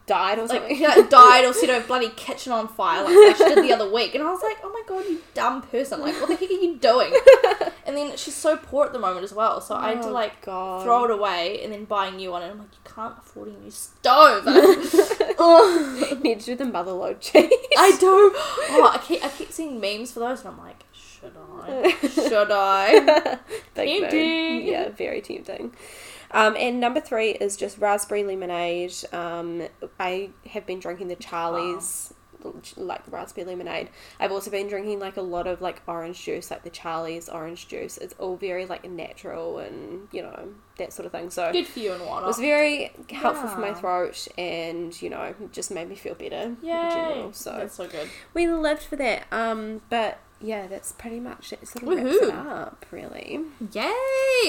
[SPEAKER 1] died or
[SPEAKER 2] like
[SPEAKER 1] something.
[SPEAKER 2] yeah, died or set a bloody kitchen on fire like I did the other week, and I was like, oh my god, you dumb person! Like, what the heck are you doing? and then she's so poor at the moment as well, so I had to
[SPEAKER 1] Oh,
[SPEAKER 2] like
[SPEAKER 1] God.
[SPEAKER 2] throw it away and then buy a new one, and I'm like, you can't afford a new stove. Ugh.
[SPEAKER 1] Need to do the mother load change.
[SPEAKER 2] I do. Oh, I keep I keep seeing memes for those, and I'm like, should Should I? Should I?
[SPEAKER 1] Big moon.
[SPEAKER 2] Tempting.
[SPEAKER 1] Yeah, very tempting. Um, and number three is just raspberry lemonade. Um, I have been drinking the Charlie's, like raspberry lemonade. I've also been drinking like a lot of like orange juice, like the Charlie's orange juice. It's all very like natural and you know that sort of thing. So
[SPEAKER 2] Good for you and
[SPEAKER 1] it was
[SPEAKER 2] water.
[SPEAKER 1] very helpful for my
[SPEAKER 2] Yeah.
[SPEAKER 1] throat, and you know just made me feel better in
[SPEAKER 2] Yay!
[SPEAKER 1] general. So
[SPEAKER 2] That's so good.
[SPEAKER 1] we lived for that. Um, but yeah, that's pretty much it. Sort of wraps
[SPEAKER 2] Woohoo.
[SPEAKER 1] it up, really.
[SPEAKER 2] Yay!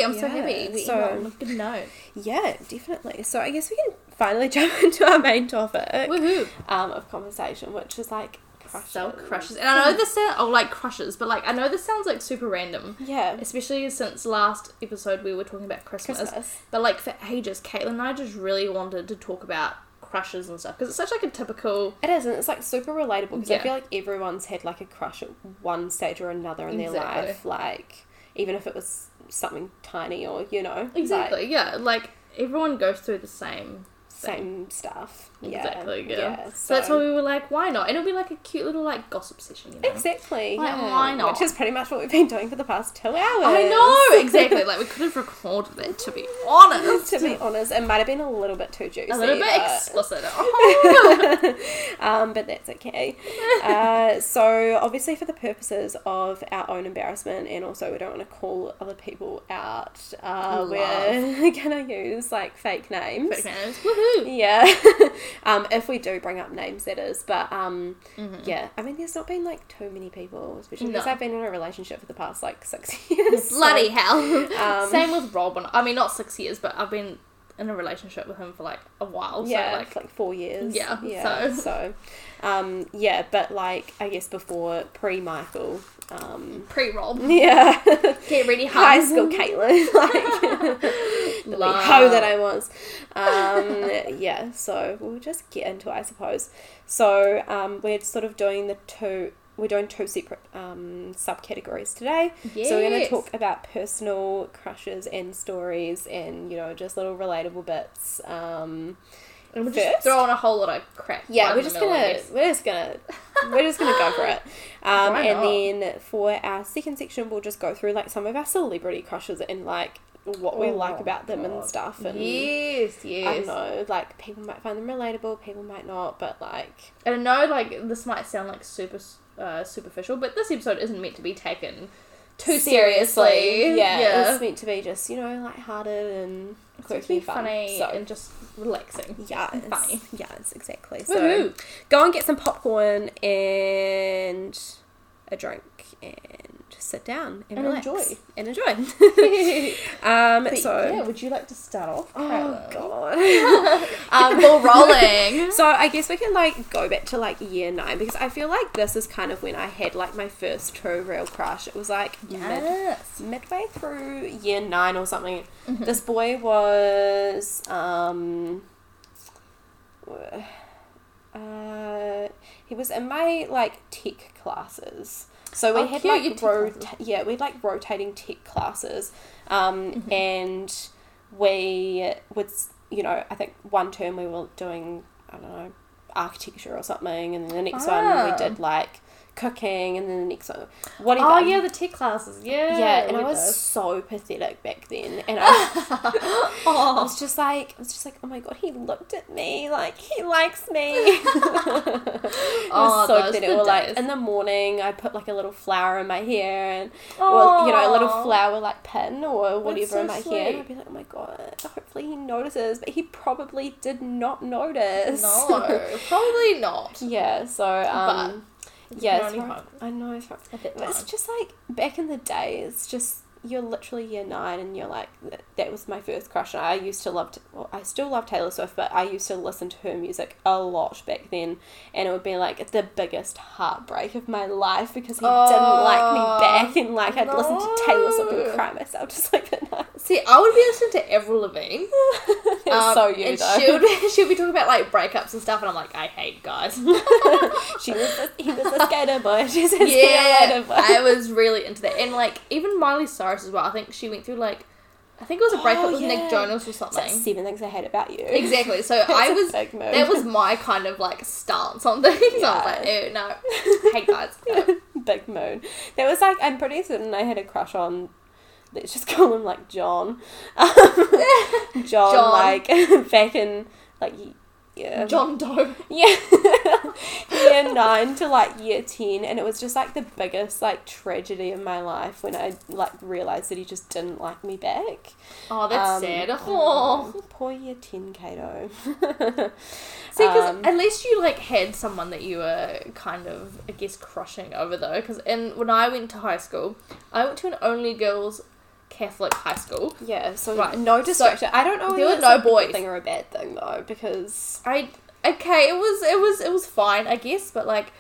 [SPEAKER 2] I'm so
[SPEAKER 1] Yeah,
[SPEAKER 2] happy. We
[SPEAKER 1] so-
[SPEAKER 2] emailed on a good note.
[SPEAKER 1] Yeah, definitely. So I guess we can finally jump into our main topic
[SPEAKER 2] Woohoo!
[SPEAKER 1] um, of conversation, which is like crushes.
[SPEAKER 2] So crushes, and I know this sound oh like crushes, but like I know this sounds like super random,
[SPEAKER 1] Yeah,
[SPEAKER 2] especially since last episode we were talking about Christmas.
[SPEAKER 1] Christmas.
[SPEAKER 2] But like for ages, Caitlin and I just really wanted to talk about crushes and stuff because it's such like a typical
[SPEAKER 1] It isn't. It's like super relatable because I
[SPEAKER 2] Yeah.
[SPEAKER 1] feel like everyone's had like a crush at one stage or another in their
[SPEAKER 2] Exactly.
[SPEAKER 1] life. Like even if it was something tiny or you know like,
[SPEAKER 2] exactly yeah like everyone goes through the same
[SPEAKER 1] same stuff. Yeah,
[SPEAKER 2] exactly yeah.
[SPEAKER 1] so,
[SPEAKER 2] so. that's why we were like why not and it'll be like a cute little like gossip session you know
[SPEAKER 1] Exactly.
[SPEAKER 2] Like,
[SPEAKER 1] yeah.
[SPEAKER 2] why not?
[SPEAKER 1] Which is pretty much what we've been doing for the past two hours.
[SPEAKER 2] I know exactly like we could have recorded that to be honest
[SPEAKER 1] to be honest, it might have been a little bit too juicy.
[SPEAKER 2] a little bit
[SPEAKER 1] but-
[SPEAKER 2] explicit oh,
[SPEAKER 1] um, but that's okay. Uh, so obviously, for the purposes of our own embarrassment, and also we don't want to call other people out. Uh,
[SPEAKER 2] Love.
[SPEAKER 1] we're gonna use like fake names.
[SPEAKER 2] fake names, woohoo
[SPEAKER 1] Yeah. um, if we do bring up names, that is. But um,
[SPEAKER 2] Mm-hmm.
[SPEAKER 1] yeah, I mean, there's not been like too many people, especially because
[SPEAKER 2] Mm. No.
[SPEAKER 1] I've been in a relationship for the past like six years. so-
[SPEAKER 2] bloody hell
[SPEAKER 1] Um,
[SPEAKER 2] same with Robin I mean not six years but I've been in a relationship with him for like a while
[SPEAKER 1] yeah,
[SPEAKER 2] so
[SPEAKER 1] for,
[SPEAKER 2] like
[SPEAKER 1] like, four years.
[SPEAKER 2] Yeah,
[SPEAKER 1] yeah.
[SPEAKER 2] so-
[SPEAKER 1] So, um, yeah, but like I guess before pre Michael, um,
[SPEAKER 2] pre-roll.
[SPEAKER 1] yeah,
[SPEAKER 2] Get ready,
[SPEAKER 1] high school Caitlin, like the wee hoe that I was. Um, yeah, so we'll just get into, it, I suppose. So um, we're sort of doing the two. We're doing two separate um, subcategories today. So we're going to
[SPEAKER 2] Yes.
[SPEAKER 1] talk about personal crushes and stories, and you know, just little relatable bits. Um,
[SPEAKER 2] And we're
[SPEAKER 1] First?
[SPEAKER 2] just throwing a whole lot of crap.
[SPEAKER 1] yeah,
[SPEAKER 2] right
[SPEAKER 1] we're
[SPEAKER 2] in the
[SPEAKER 1] just
[SPEAKER 2] middle, I
[SPEAKER 1] gonna
[SPEAKER 2] guess.
[SPEAKER 1] we're just gonna we're just gonna go for it. Um,
[SPEAKER 2] Why
[SPEAKER 1] and
[SPEAKER 2] not?
[SPEAKER 1] then for our second section, we'll just go through like some of our celebrity crushes and like what we
[SPEAKER 2] Oh
[SPEAKER 1] like
[SPEAKER 2] my
[SPEAKER 1] about them and
[SPEAKER 2] God.
[SPEAKER 1] stuff. And
[SPEAKER 2] Yes, yes.
[SPEAKER 1] I don't know, like people might find them relatable, people might not, but like
[SPEAKER 2] And I know, like this might sound like super uh, superficial, but this episode isn't meant to be taken too seriously.
[SPEAKER 1] yeah,
[SPEAKER 2] yeah.
[SPEAKER 1] it's meant to be just you know lighthearted and
[SPEAKER 2] It's meant to
[SPEAKER 1] quirky
[SPEAKER 2] be
[SPEAKER 1] fun.
[SPEAKER 2] funny
[SPEAKER 1] So
[SPEAKER 2] and just relaxing.
[SPEAKER 1] yeah, it's,
[SPEAKER 2] funny.
[SPEAKER 1] Yeah, it's exactly. So
[SPEAKER 2] Woohoo!
[SPEAKER 1] go and get some popcorn and a drink and sit down and,
[SPEAKER 2] And
[SPEAKER 1] relax.
[SPEAKER 2] enjoy.
[SPEAKER 1] and enjoy. um,
[SPEAKER 2] But
[SPEAKER 1] so
[SPEAKER 2] yeah, would you like to start off?
[SPEAKER 1] oh
[SPEAKER 2] Caroline?
[SPEAKER 1] god.
[SPEAKER 2] Get the Um, ball rolling.
[SPEAKER 1] so I guess we can like go back to like year nine because I feel like this is kind of when I had like my first true real crush. It was like mid
[SPEAKER 2] yes.
[SPEAKER 1] midway through year nine or something,
[SPEAKER 2] Mm-hmm.
[SPEAKER 1] this boy was um, uh, he was in my like tech classes. So we
[SPEAKER 2] Oh,
[SPEAKER 1] had
[SPEAKER 2] cute, your
[SPEAKER 1] like
[SPEAKER 2] tech
[SPEAKER 1] rota-
[SPEAKER 2] classes.
[SPEAKER 1] yeah, we had like rotating tech classes, um,
[SPEAKER 2] Mm-hmm.
[SPEAKER 1] and we would s- you know I think one term we were doing I don't know architecture or something, and then the next one we
[SPEAKER 2] Ah.
[SPEAKER 1] did like cooking, and then the next one whatever.
[SPEAKER 2] Oh yeah, the tech classes. Yeah.
[SPEAKER 1] Yeah, and I
[SPEAKER 2] we
[SPEAKER 1] was
[SPEAKER 2] did.
[SPEAKER 1] so pathetic back then, and I, I was just like, I was just like, oh my god, he looked at me, like he likes me. it was
[SPEAKER 2] Oh,
[SPEAKER 1] so
[SPEAKER 2] those
[SPEAKER 1] pathetic.
[SPEAKER 2] were
[SPEAKER 1] Or, like
[SPEAKER 2] days.
[SPEAKER 1] in the morning, I put like a little flower in my hair, and or you know, a little
[SPEAKER 2] Aw.
[SPEAKER 1] flower like pin or whatever
[SPEAKER 2] so
[SPEAKER 1] in my hair. And
[SPEAKER 2] sweet.
[SPEAKER 1] I'd be like, oh my god, hopefully he notices, but he probably did not notice.
[SPEAKER 2] No, probably not.
[SPEAKER 1] yeah. So um, yeah,
[SPEAKER 2] can
[SPEAKER 1] it's
[SPEAKER 2] only
[SPEAKER 1] right-
[SPEAKER 2] hope.
[SPEAKER 1] I know it's right.
[SPEAKER 2] At that
[SPEAKER 1] But it's
[SPEAKER 2] time.
[SPEAKER 1] just like back in the day, it's just you're literally year nine and you're like, that, that was my first crush. And I used to love, t- well, I still love Taylor Swift, but I used to listen to her music a lot back then. And it would be like the biggest heartbreak of my life because he
[SPEAKER 2] Oh,
[SPEAKER 1] didn't like me back. And like I'd listen to Taylor Swift
[SPEAKER 2] no.
[SPEAKER 1] and cry myself just like at night.
[SPEAKER 2] See, I would be listening to Avril Lavigne.
[SPEAKER 1] It was so you
[SPEAKER 2] Um, and
[SPEAKER 1] though.
[SPEAKER 2] she would she'll be talking about like breakups and stuff, and I'm like, I hate guys.
[SPEAKER 1] She was, a, he was a skater boy. She's a skater
[SPEAKER 2] yeah,
[SPEAKER 1] boy.
[SPEAKER 2] I was really into that, and like even Miley Cyrus as well. I think she went through like I think it was a breakup
[SPEAKER 1] Oh,
[SPEAKER 2] with
[SPEAKER 1] yeah.
[SPEAKER 2] Nick Jonas or
[SPEAKER 1] It's like
[SPEAKER 2] something.
[SPEAKER 1] seven things I hate about you.
[SPEAKER 2] Exactly. So
[SPEAKER 1] It's
[SPEAKER 2] I
[SPEAKER 1] a
[SPEAKER 2] was
[SPEAKER 1] big move.
[SPEAKER 2] that was my kind of like stance on things. I was
[SPEAKER 1] Yeah.
[SPEAKER 2] like, Ew, no, hey guys, no.
[SPEAKER 1] Big Moon. That was like I'm pretty certain I had a crush on. Let's just call him like John. Um, John,
[SPEAKER 2] John.
[SPEAKER 1] like back in like y- yeah,
[SPEAKER 2] John Doe.
[SPEAKER 1] yeah, year nine to like year ten, and it was just like the biggest like tragedy of my life when I like realized that he just didn't like me back.
[SPEAKER 2] Oh, that's
[SPEAKER 1] Um,
[SPEAKER 2] sad.
[SPEAKER 1] I
[SPEAKER 2] Oh.
[SPEAKER 1] know. poor year ten, Kato.
[SPEAKER 2] See, because
[SPEAKER 1] Um,
[SPEAKER 2] at least you like had someone that you were kind of, I guess, crushing over though. Because in when I went to high school, I went to an only girls Catholic high school.
[SPEAKER 1] Yeah, so
[SPEAKER 2] Right,
[SPEAKER 1] no
[SPEAKER 2] so
[SPEAKER 1] distraction. I don't know whether
[SPEAKER 2] there were
[SPEAKER 1] it's
[SPEAKER 2] no
[SPEAKER 1] a good
[SPEAKER 2] boys.
[SPEAKER 1] thing or a bad thing though, because
[SPEAKER 2] I okay, it was it was it was fine, I guess, but like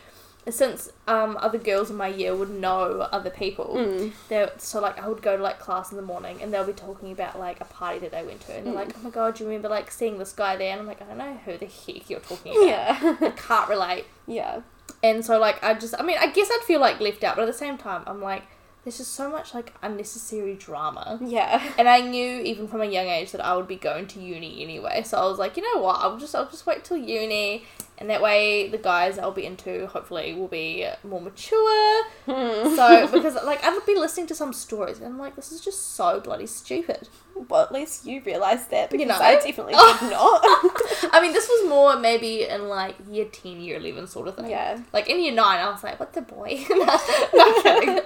[SPEAKER 2] since um other girls in my year would know other people,
[SPEAKER 1] Mm.
[SPEAKER 2] they so like I would go to like class in the morning and they'll be talking about like a party that they went to and they're
[SPEAKER 1] Mm.
[SPEAKER 2] like, oh my god, do you remember like seeing this guy there? And I'm like, I don't know who the heck you're talking about. I
[SPEAKER 1] yeah,
[SPEAKER 2] can't relate.
[SPEAKER 1] yeah.
[SPEAKER 2] And so like I just I mean I guess I'd feel like left out, but at the same time I'm like there's just so much like unnecessary drama.
[SPEAKER 1] Yeah.
[SPEAKER 2] And I knew even from a young age that I would be going to uni anyway. So I was like, you know what? I'll just I'll just wait till uni and that way the guys I'll be into hopefully will be more mature. so because like I've been listening to some stories and I'm like this is just so bloody stupid.
[SPEAKER 1] Well, at least you realised that because
[SPEAKER 2] You know?
[SPEAKER 1] I definitely
[SPEAKER 2] Oh.
[SPEAKER 1] did not.
[SPEAKER 2] I mean this was more maybe in like year 10, year 11 sort of thing.
[SPEAKER 1] yeah.
[SPEAKER 2] Like in year nine, I was like, "What the boy?" no, no, kidding.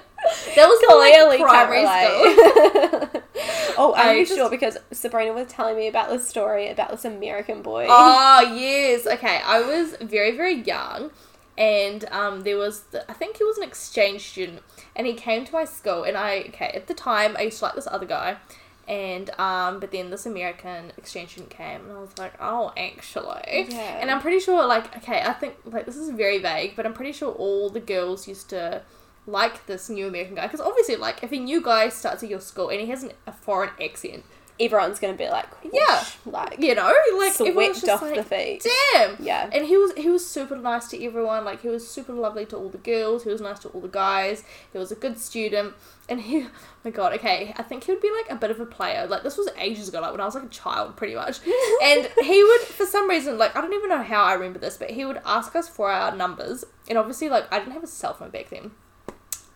[SPEAKER 2] That was the,
[SPEAKER 1] Clearly
[SPEAKER 2] like primary
[SPEAKER 1] can't
[SPEAKER 2] school.
[SPEAKER 1] relate. oh, are
[SPEAKER 2] I
[SPEAKER 1] you
[SPEAKER 2] just-
[SPEAKER 1] sure? Because Sabrina was telling me about this story about this American boy.
[SPEAKER 2] Oh yes, okay. I was very very young, and um, there was the, I think he was an exchange student, and he came to my school, and I okay at the time I used to like this other guy, and um, but then this American exchange student came, and I was like, "Oh, actually,"
[SPEAKER 1] Yeah.
[SPEAKER 2] and I'm pretty sure like okay, I think like this is very vague, but I'm pretty sure all the girls used to. Like this new American guy, because obviously, like, if a new guy starts at your school and he has an, a foreign accent,
[SPEAKER 1] Everyone's gonna be like,
[SPEAKER 2] Yeah.
[SPEAKER 1] whoosh, like
[SPEAKER 2] you know, like, everyone's
[SPEAKER 1] swept
[SPEAKER 2] just
[SPEAKER 1] off
[SPEAKER 2] like,
[SPEAKER 1] the feet.
[SPEAKER 2] damn,
[SPEAKER 1] Yeah,
[SPEAKER 2] and he was he was super nice to everyone. Like he was super lovely to all the girls. He was nice to all the guys. He was a good student. And he, oh my god, okay, I think he would be like a bit of a player. Like this was ages ago, like when I was like a child, pretty much. and he would, for some reason, like I don't even know how I remember this, but he would ask us for our numbers. And obviously, like I didn't have a cell phone back then.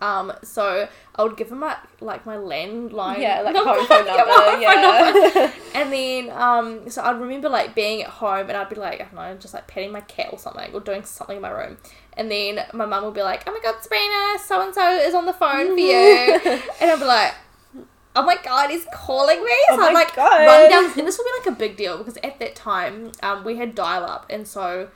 [SPEAKER 2] Um, so I would give him my like my landline,
[SPEAKER 1] yeah, like
[SPEAKER 2] number.
[SPEAKER 1] home phone
[SPEAKER 2] Yeah,
[SPEAKER 1] number.
[SPEAKER 2] my home phone number.
[SPEAKER 1] Yeah,
[SPEAKER 2] And then, um, so I remember like being at home and I'd be like, I don't know, just like petting my cat or something or doing something in my room. And then my mum would be like, oh my god, Sabrina, so and so is on the phone for you. and I'd be like, oh my god, he's calling me. So
[SPEAKER 1] Oh
[SPEAKER 2] I'm
[SPEAKER 1] my
[SPEAKER 2] like,
[SPEAKER 1] God.
[SPEAKER 2] run down. And this would be like a big deal because at that time, um, we had dial up. And so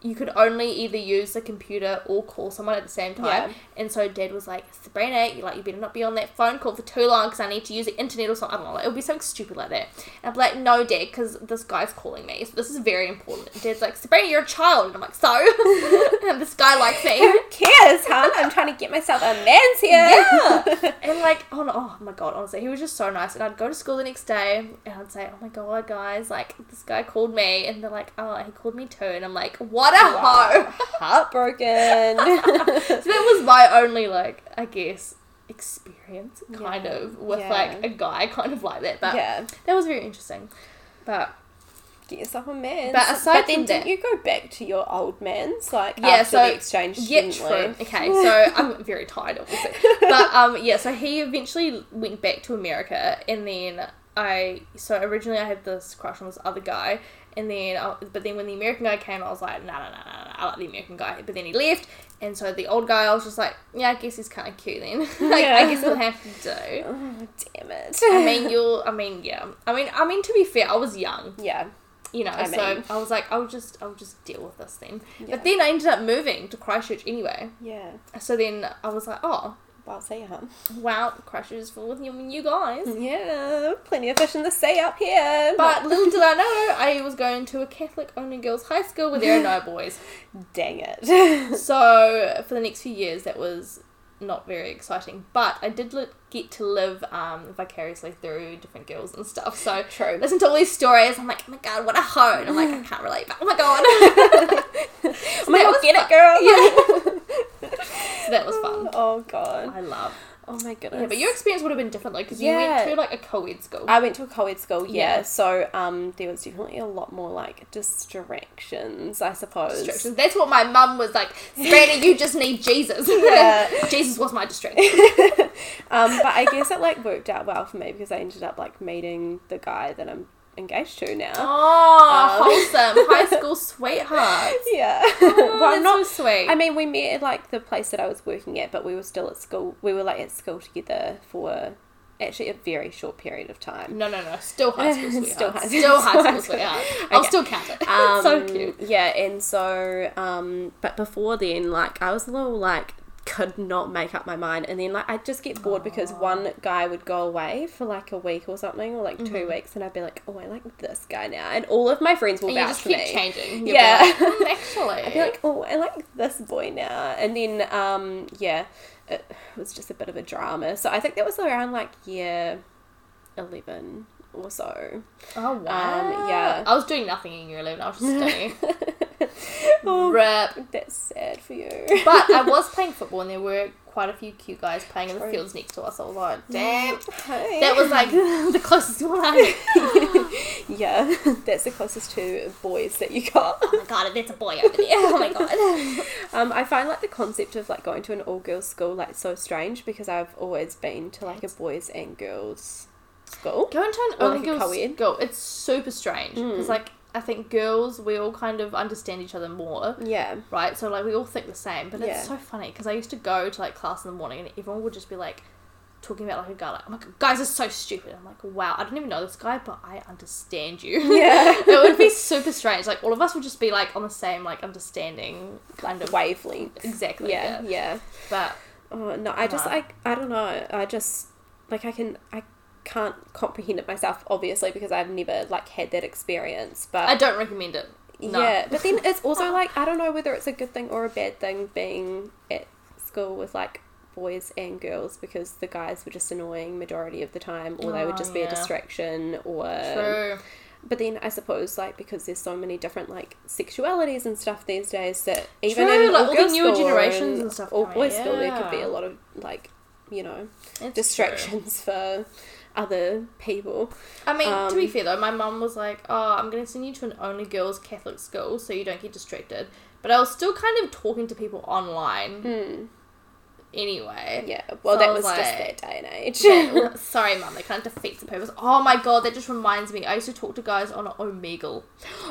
[SPEAKER 2] you could only either use the computer or call someone at the same time.
[SPEAKER 1] Yeah.
[SPEAKER 2] And so dad was like, Sabrina, you like you better not be on that phone call for too long because I need to use the internet or something. I don't know, like, it would be something stupid like that. And I'd be like, no, dad, because this guy's calling me. So this is very important. And dad's like, Sabrina, you're a child. And I'm like, so? and this guy likes me.
[SPEAKER 1] who cares, huh? I'm trying to get myself a man's here.
[SPEAKER 2] Yeah. and like, oh, no, oh my god, honestly, he was just so nice. And I'd go to school the next day and I'd say, oh my god, guys, like this guy called me, and they're like, oh, he called me too, and I'm like, what a
[SPEAKER 1] Wow.
[SPEAKER 2] hoe.
[SPEAKER 1] Heartbroken.
[SPEAKER 2] So that was my only like, I guess, experience kind
[SPEAKER 1] Yeah.
[SPEAKER 2] of with
[SPEAKER 1] Yeah.
[SPEAKER 2] like a guy kind of like that. But
[SPEAKER 1] yeah.
[SPEAKER 2] that was very interesting. But
[SPEAKER 1] get yourself a man.
[SPEAKER 2] But
[SPEAKER 1] then
[SPEAKER 2] aside from
[SPEAKER 1] didn't
[SPEAKER 2] that-
[SPEAKER 1] you go back to your old man's like
[SPEAKER 2] Yeah,
[SPEAKER 1] after
[SPEAKER 2] so-
[SPEAKER 1] the exchange
[SPEAKER 2] yeah,
[SPEAKER 1] student
[SPEAKER 2] true.
[SPEAKER 1] loan?
[SPEAKER 2] Okay, so I'm very tired obviously. But um yeah, so he eventually went back to America and then I so originally I had this crush on this other guy and then I, but then when the American guy came I was like, no no no no no, I like the American guy. But then he left and so the old guy I was just like, yeah, I guess he's kind of cute then. like
[SPEAKER 1] Yeah.
[SPEAKER 2] I guess we'll have to do.
[SPEAKER 1] Oh, damn it.
[SPEAKER 2] I mean, you'll. I mean, yeah. I mean, I mean. To be fair, I was young,
[SPEAKER 1] yeah.
[SPEAKER 2] you know.
[SPEAKER 1] I
[SPEAKER 2] so
[SPEAKER 1] mean.
[SPEAKER 2] I was like, I'll just, I'll just deal with this then.
[SPEAKER 1] Yeah.
[SPEAKER 2] But then I ended up moving to Christchurch anyway.
[SPEAKER 1] Yeah.
[SPEAKER 2] So then I was like, oh,
[SPEAKER 1] Well, say huh?
[SPEAKER 2] wow, Christchurch is full of you, you guys.
[SPEAKER 1] Mm. Yeah. Plenty of fish in the sea up here.
[SPEAKER 2] But little did I know, I was going to a Catholic only girls' high school where there are no boys.
[SPEAKER 1] dang it.
[SPEAKER 2] So for the next few years, that was not very exciting. But I did li- get to live um, vicariously through different girls and stuff. So
[SPEAKER 1] True.
[SPEAKER 2] listen to all these stories. I'm like, oh my god, what a hoe. And I'm like, I can't relate, but oh my god.
[SPEAKER 1] Oh my
[SPEAKER 2] that
[SPEAKER 1] God,
[SPEAKER 2] was
[SPEAKER 1] get
[SPEAKER 2] fun.
[SPEAKER 1] it, girl.
[SPEAKER 2] so that was fun.
[SPEAKER 1] Oh god.
[SPEAKER 2] I love.
[SPEAKER 1] Oh my goodness.
[SPEAKER 2] Yeah, but your experience would have been different, like, because
[SPEAKER 1] Yeah.
[SPEAKER 2] you went to like a co-ed school.
[SPEAKER 1] I went to a co-ed school, yeah.
[SPEAKER 2] Yeah.
[SPEAKER 1] So um, there was definitely a lot more like distractions, I suppose.
[SPEAKER 2] Distractions. That's what my mum was like. Serena, you just need Jesus.
[SPEAKER 1] Yeah.
[SPEAKER 2] Jesus was my distraction.
[SPEAKER 1] Um, but I guess it like worked out well for me because I ended up like meeting the guy that I'm engaged to now.
[SPEAKER 2] Oh,
[SPEAKER 1] Um.
[SPEAKER 2] wholesome high school sweetheart.
[SPEAKER 1] Yeah.
[SPEAKER 2] Oh,
[SPEAKER 1] well,
[SPEAKER 2] that's
[SPEAKER 1] not.
[SPEAKER 2] so sweet.
[SPEAKER 1] I mean, we met at like the place that I was working at, but we were still at school. We were like at school together for actually a very short period of time.
[SPEAKER 2] no, no, no. Still high school
[SPEAKER 1] Still
[SPEAKER 2] sweetheart. still high,
[SPEAKER 1] high-
[SPEAKER 2] school
[SPEAKER 1] still high school.
[SPEAKER 2] sweetheart. I'll
[SPEAKER 1] Okay.
[SPEAKER 2] still count it.
[SPEAKER 1] Um,
[SPEAKER 2] so cute.
[SPEAKER 1] Yeah, and so, um, but before then, like, I was a little like, could not make up my mind, and then like I'd just get bored because one guy would go away for like a week or something, or like
[SPEAKER 2] Mm-hmm.
[SPEAKER 1] two weeks, and I'd be like, oh, I like this guy now, and all of my friends will
[SPEAKER 2] And you
[SPEAKER 1] vouch
[SPEAKER 2] just
[SPEAKER 1] for
[SPEAKER 2] keep
[SPEAKER 1] me.
[SPEAKER 2] changing. You'll
[SPEAKER 1] Yeah.
[SPEAKER 2] yeah. Like, "Hmm, actually.
[SPEAKER 1] I'd be like, oh, I like this boy now. And then, um, yeah, it was just a bit of a drama. So I think that was around like year 11 or so.
[SPEAKER 2] oh, wow.
[SPEAKER 1] yeah.
[SPEAKER 2] I was doing nothing in year 11. I was just studying.
[SPEAKER 1] oh,
[SPEAKER 2] Rip.
[SPEAKER 1] that's sad for you.
[SPEAKER 2] But I was playing football and there were quite a few cute guys playing in the
[SPEAKER 1] True.
[SPEAKER 2] fields next to us. I was like, damn.
[SPEAKER 1] Hi.
[SPEAKER 2] That was like the closest one.
[SPEAKER 1] yeah, that's the closest to boys that you got.
[SPEAKER 2] oh my god, that's a boy over there. Oh my god.
[SPEAKER 1] Um, I find like the concept of like going to an all girls school like so strange because I've always been to like a boys and girls school.
[SPEAKER 2] Going to an
[SPEAKER 1] Or
[SPEAKER 2] only
[SPEAKER 1] like a
[SPEAKER 2] girls
[SPEAKER 1] co-ed.
[SPEAKER 2] school, it's super strange. Because, like, I think girls, we all kind of understand each other more.
[SPEAKER 1] Yeah.
[SPEAKER 2] Right, so like we all think the same, but
[SPEAKER 1] Yeah.
[SPEAKER 2] it's so funny because I used to go to like class in the morning and everyone would just be like talking about like a guy like, oh my god, guys are so stupid. I'm like, wow, I didn't even know this guy, but I understand you.
[SPEAKER 1] Yeah.
[SPEAKER 2] it would be super strange. Like all of us would just be like on the same like understanding kind of
[SPEAKER 1] Wavelength.
[SPEAKER 2] Exactly.
[SPEAKER 1] Yeah,
[SPEAKER 2] Yeah.
[SPEAKER 1] yeah.
[SPEAKER 2] But
[SPEAKER 1] Oh no, I just
[SPEAKER 2] Nah.
[SPEAKER 1] like I don't know. I just like I can I can't comprehend it myself, obviously, because I've never like had that experience. But
[SPEAKER 2] I don't recommend it. No.
[SPEAKER 1] yeah, but then it's also like I don't know whether it's a good thing or a bad thing being at school with like boys and girls because the guys were just annoying majority of the time or they would
[SPEAKER 2] Oh,
[SPEAKER 1] just be a
[SPEAKER 2] yeah.
[SPEAKER 1] distraction or
[SPEAKER 2] True.
[SPEAKER 1] but then I suppose like because there's so many different like sexualities and stuff these days that even
[SPEAKER 2] True,
[SPEAKER 1] in
[SPEAKER 2] like, all the
[SPEAKER 1] girls
[SPEAKER 2] newer
[SPEAKER 1] school
[SPEAKER 2] generations and stuff
[SPEAKER 1] all
[SPEAKER 2] coming out,
[SPEAKER 1] boys school there could be
[SPEAKER 2] yeah.
[SPEAKER 1] a lot of like you know
[SPEAKER 2] It's true.
[SPEAKER 1] distractions for other people.
[SPEAKER 2] I mean, to be
[SPEAKER 1] Um,
[SPEAKER 2] fair though, my mum was like, "Oh, I'm going to send you to an only girls Catholic school so you don't get distracted." But I was still kind of talking to people online
[SPEAKER 1] Hmm.
[SPEAKER 2] anyway.
[SPEAKER 1] Yeah, well
[SPEAKER 2] So I
[SPEAKER 1] that
[SPEAKER 2] was
[SPEAKER 1] was just
[SPEAKER 2] like-
[SPEAKER 1] that day and age.
[SPEAKER 2] Yeah, sorry, mum. That kind of defeats the purpose. Oh my god, that just reminds me. I used to talk to guys on Omegle.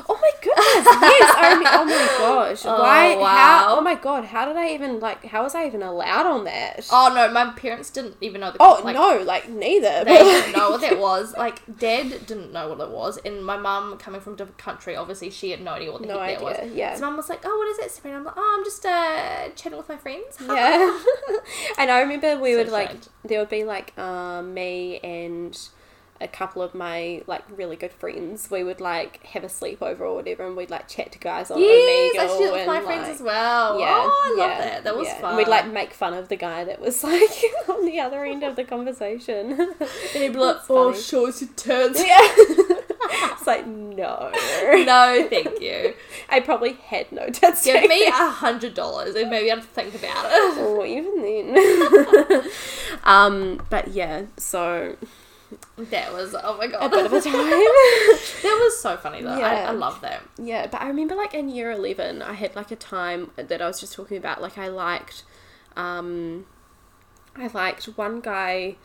[SPEAKER 1] Oh my goodness! Yes, I mean, oh my gosh!
[SPEAKER 2] Oh,
[SPEAKER 1] Why?
[SPEAKER 2] wow.
[SPEAKER 1] How? Oh my god! How did I even like? How was I even allowed on that? Oh,
[SPEAKER 2] Oh no, my parents didn't even know the. like,
[SPEAKER 1] no! Like neither.
[SPEAKER 2] They
[SPEAKER 1] but, like-
[SPEAKER 2] didn't know what that was. Like, Dad didn't know what it was, and my mum, coming from a different country, obviously she had no idea what the
[SPEAKER 1] No
[SPEAKER 2] heck that
[SPEAKER 1] idea,
[SPEAKER 2] was.
[SPEAKER 1] yeah.
[SPEAKER 2] So mum was like, "Oh, what is that, Sabrina?" I'm like, "Oh, I'm just uh chatting with my friends."
[SPEAKER 1] yeah. and I remember we
[SPEAKER 2] So
[SPEAKER 1] would like
[SPEAKER 2] strange.
[SPEAKER 1] there would be like um, me and a couple of my like really good friends. We would like have a sleepover or whatever, and we'd like chat to guys on
[SPEAKER 2] Yes,
[SPEAKER 1] Omegle
[SPEAKER 2] I shared it with
[SPEAKER 1] and,
[SPEAKER 2] my friends
[SPEAKER 1] like,
[SPEAKER 2] as well.
[SPEAKER 1] Yeah,
[SPEAKER 2] oh, I love
[SPEAKER 1] yeah,
[SPEAKER 2] that. That was
[SPEAKER 1] yeah.
[SPEAKER 2] fun.
[SPEAKER 1] And we'd like make fun of the guy that was like on the other end of the conversation.
[SPEAKER 2] and he'd be like,
[SPEAKER 1] That's
[SPEAKER 2] "Oh,
[SPEAKER 1] funny.
[SPEAKER 2] sure, it's your turn."
[SPEAKER 1] Yeah. it's like, no.
[SPEAKER 2] no, thank you.
[SPEAKER 1] I probably had no tits.
[SPEAKER 2] Give me a hundred dollars, and maybe I'd think about it.
[SPEAKER 1] Or Oh, even then. um, but yeah, so
[SPEAKER 2] That was oh my god,
[SPEAKER 1] a bit of a time.
[SPEAKER 2] that was so funny though. I,
[SPEAKER 1] Yeah.
[SPEAKER 2] I love that.
[SPEAKER 1] yeah, but I remember like in year 11, I had like a time that I was just talking about. Like, I liked, um, I liked one guy.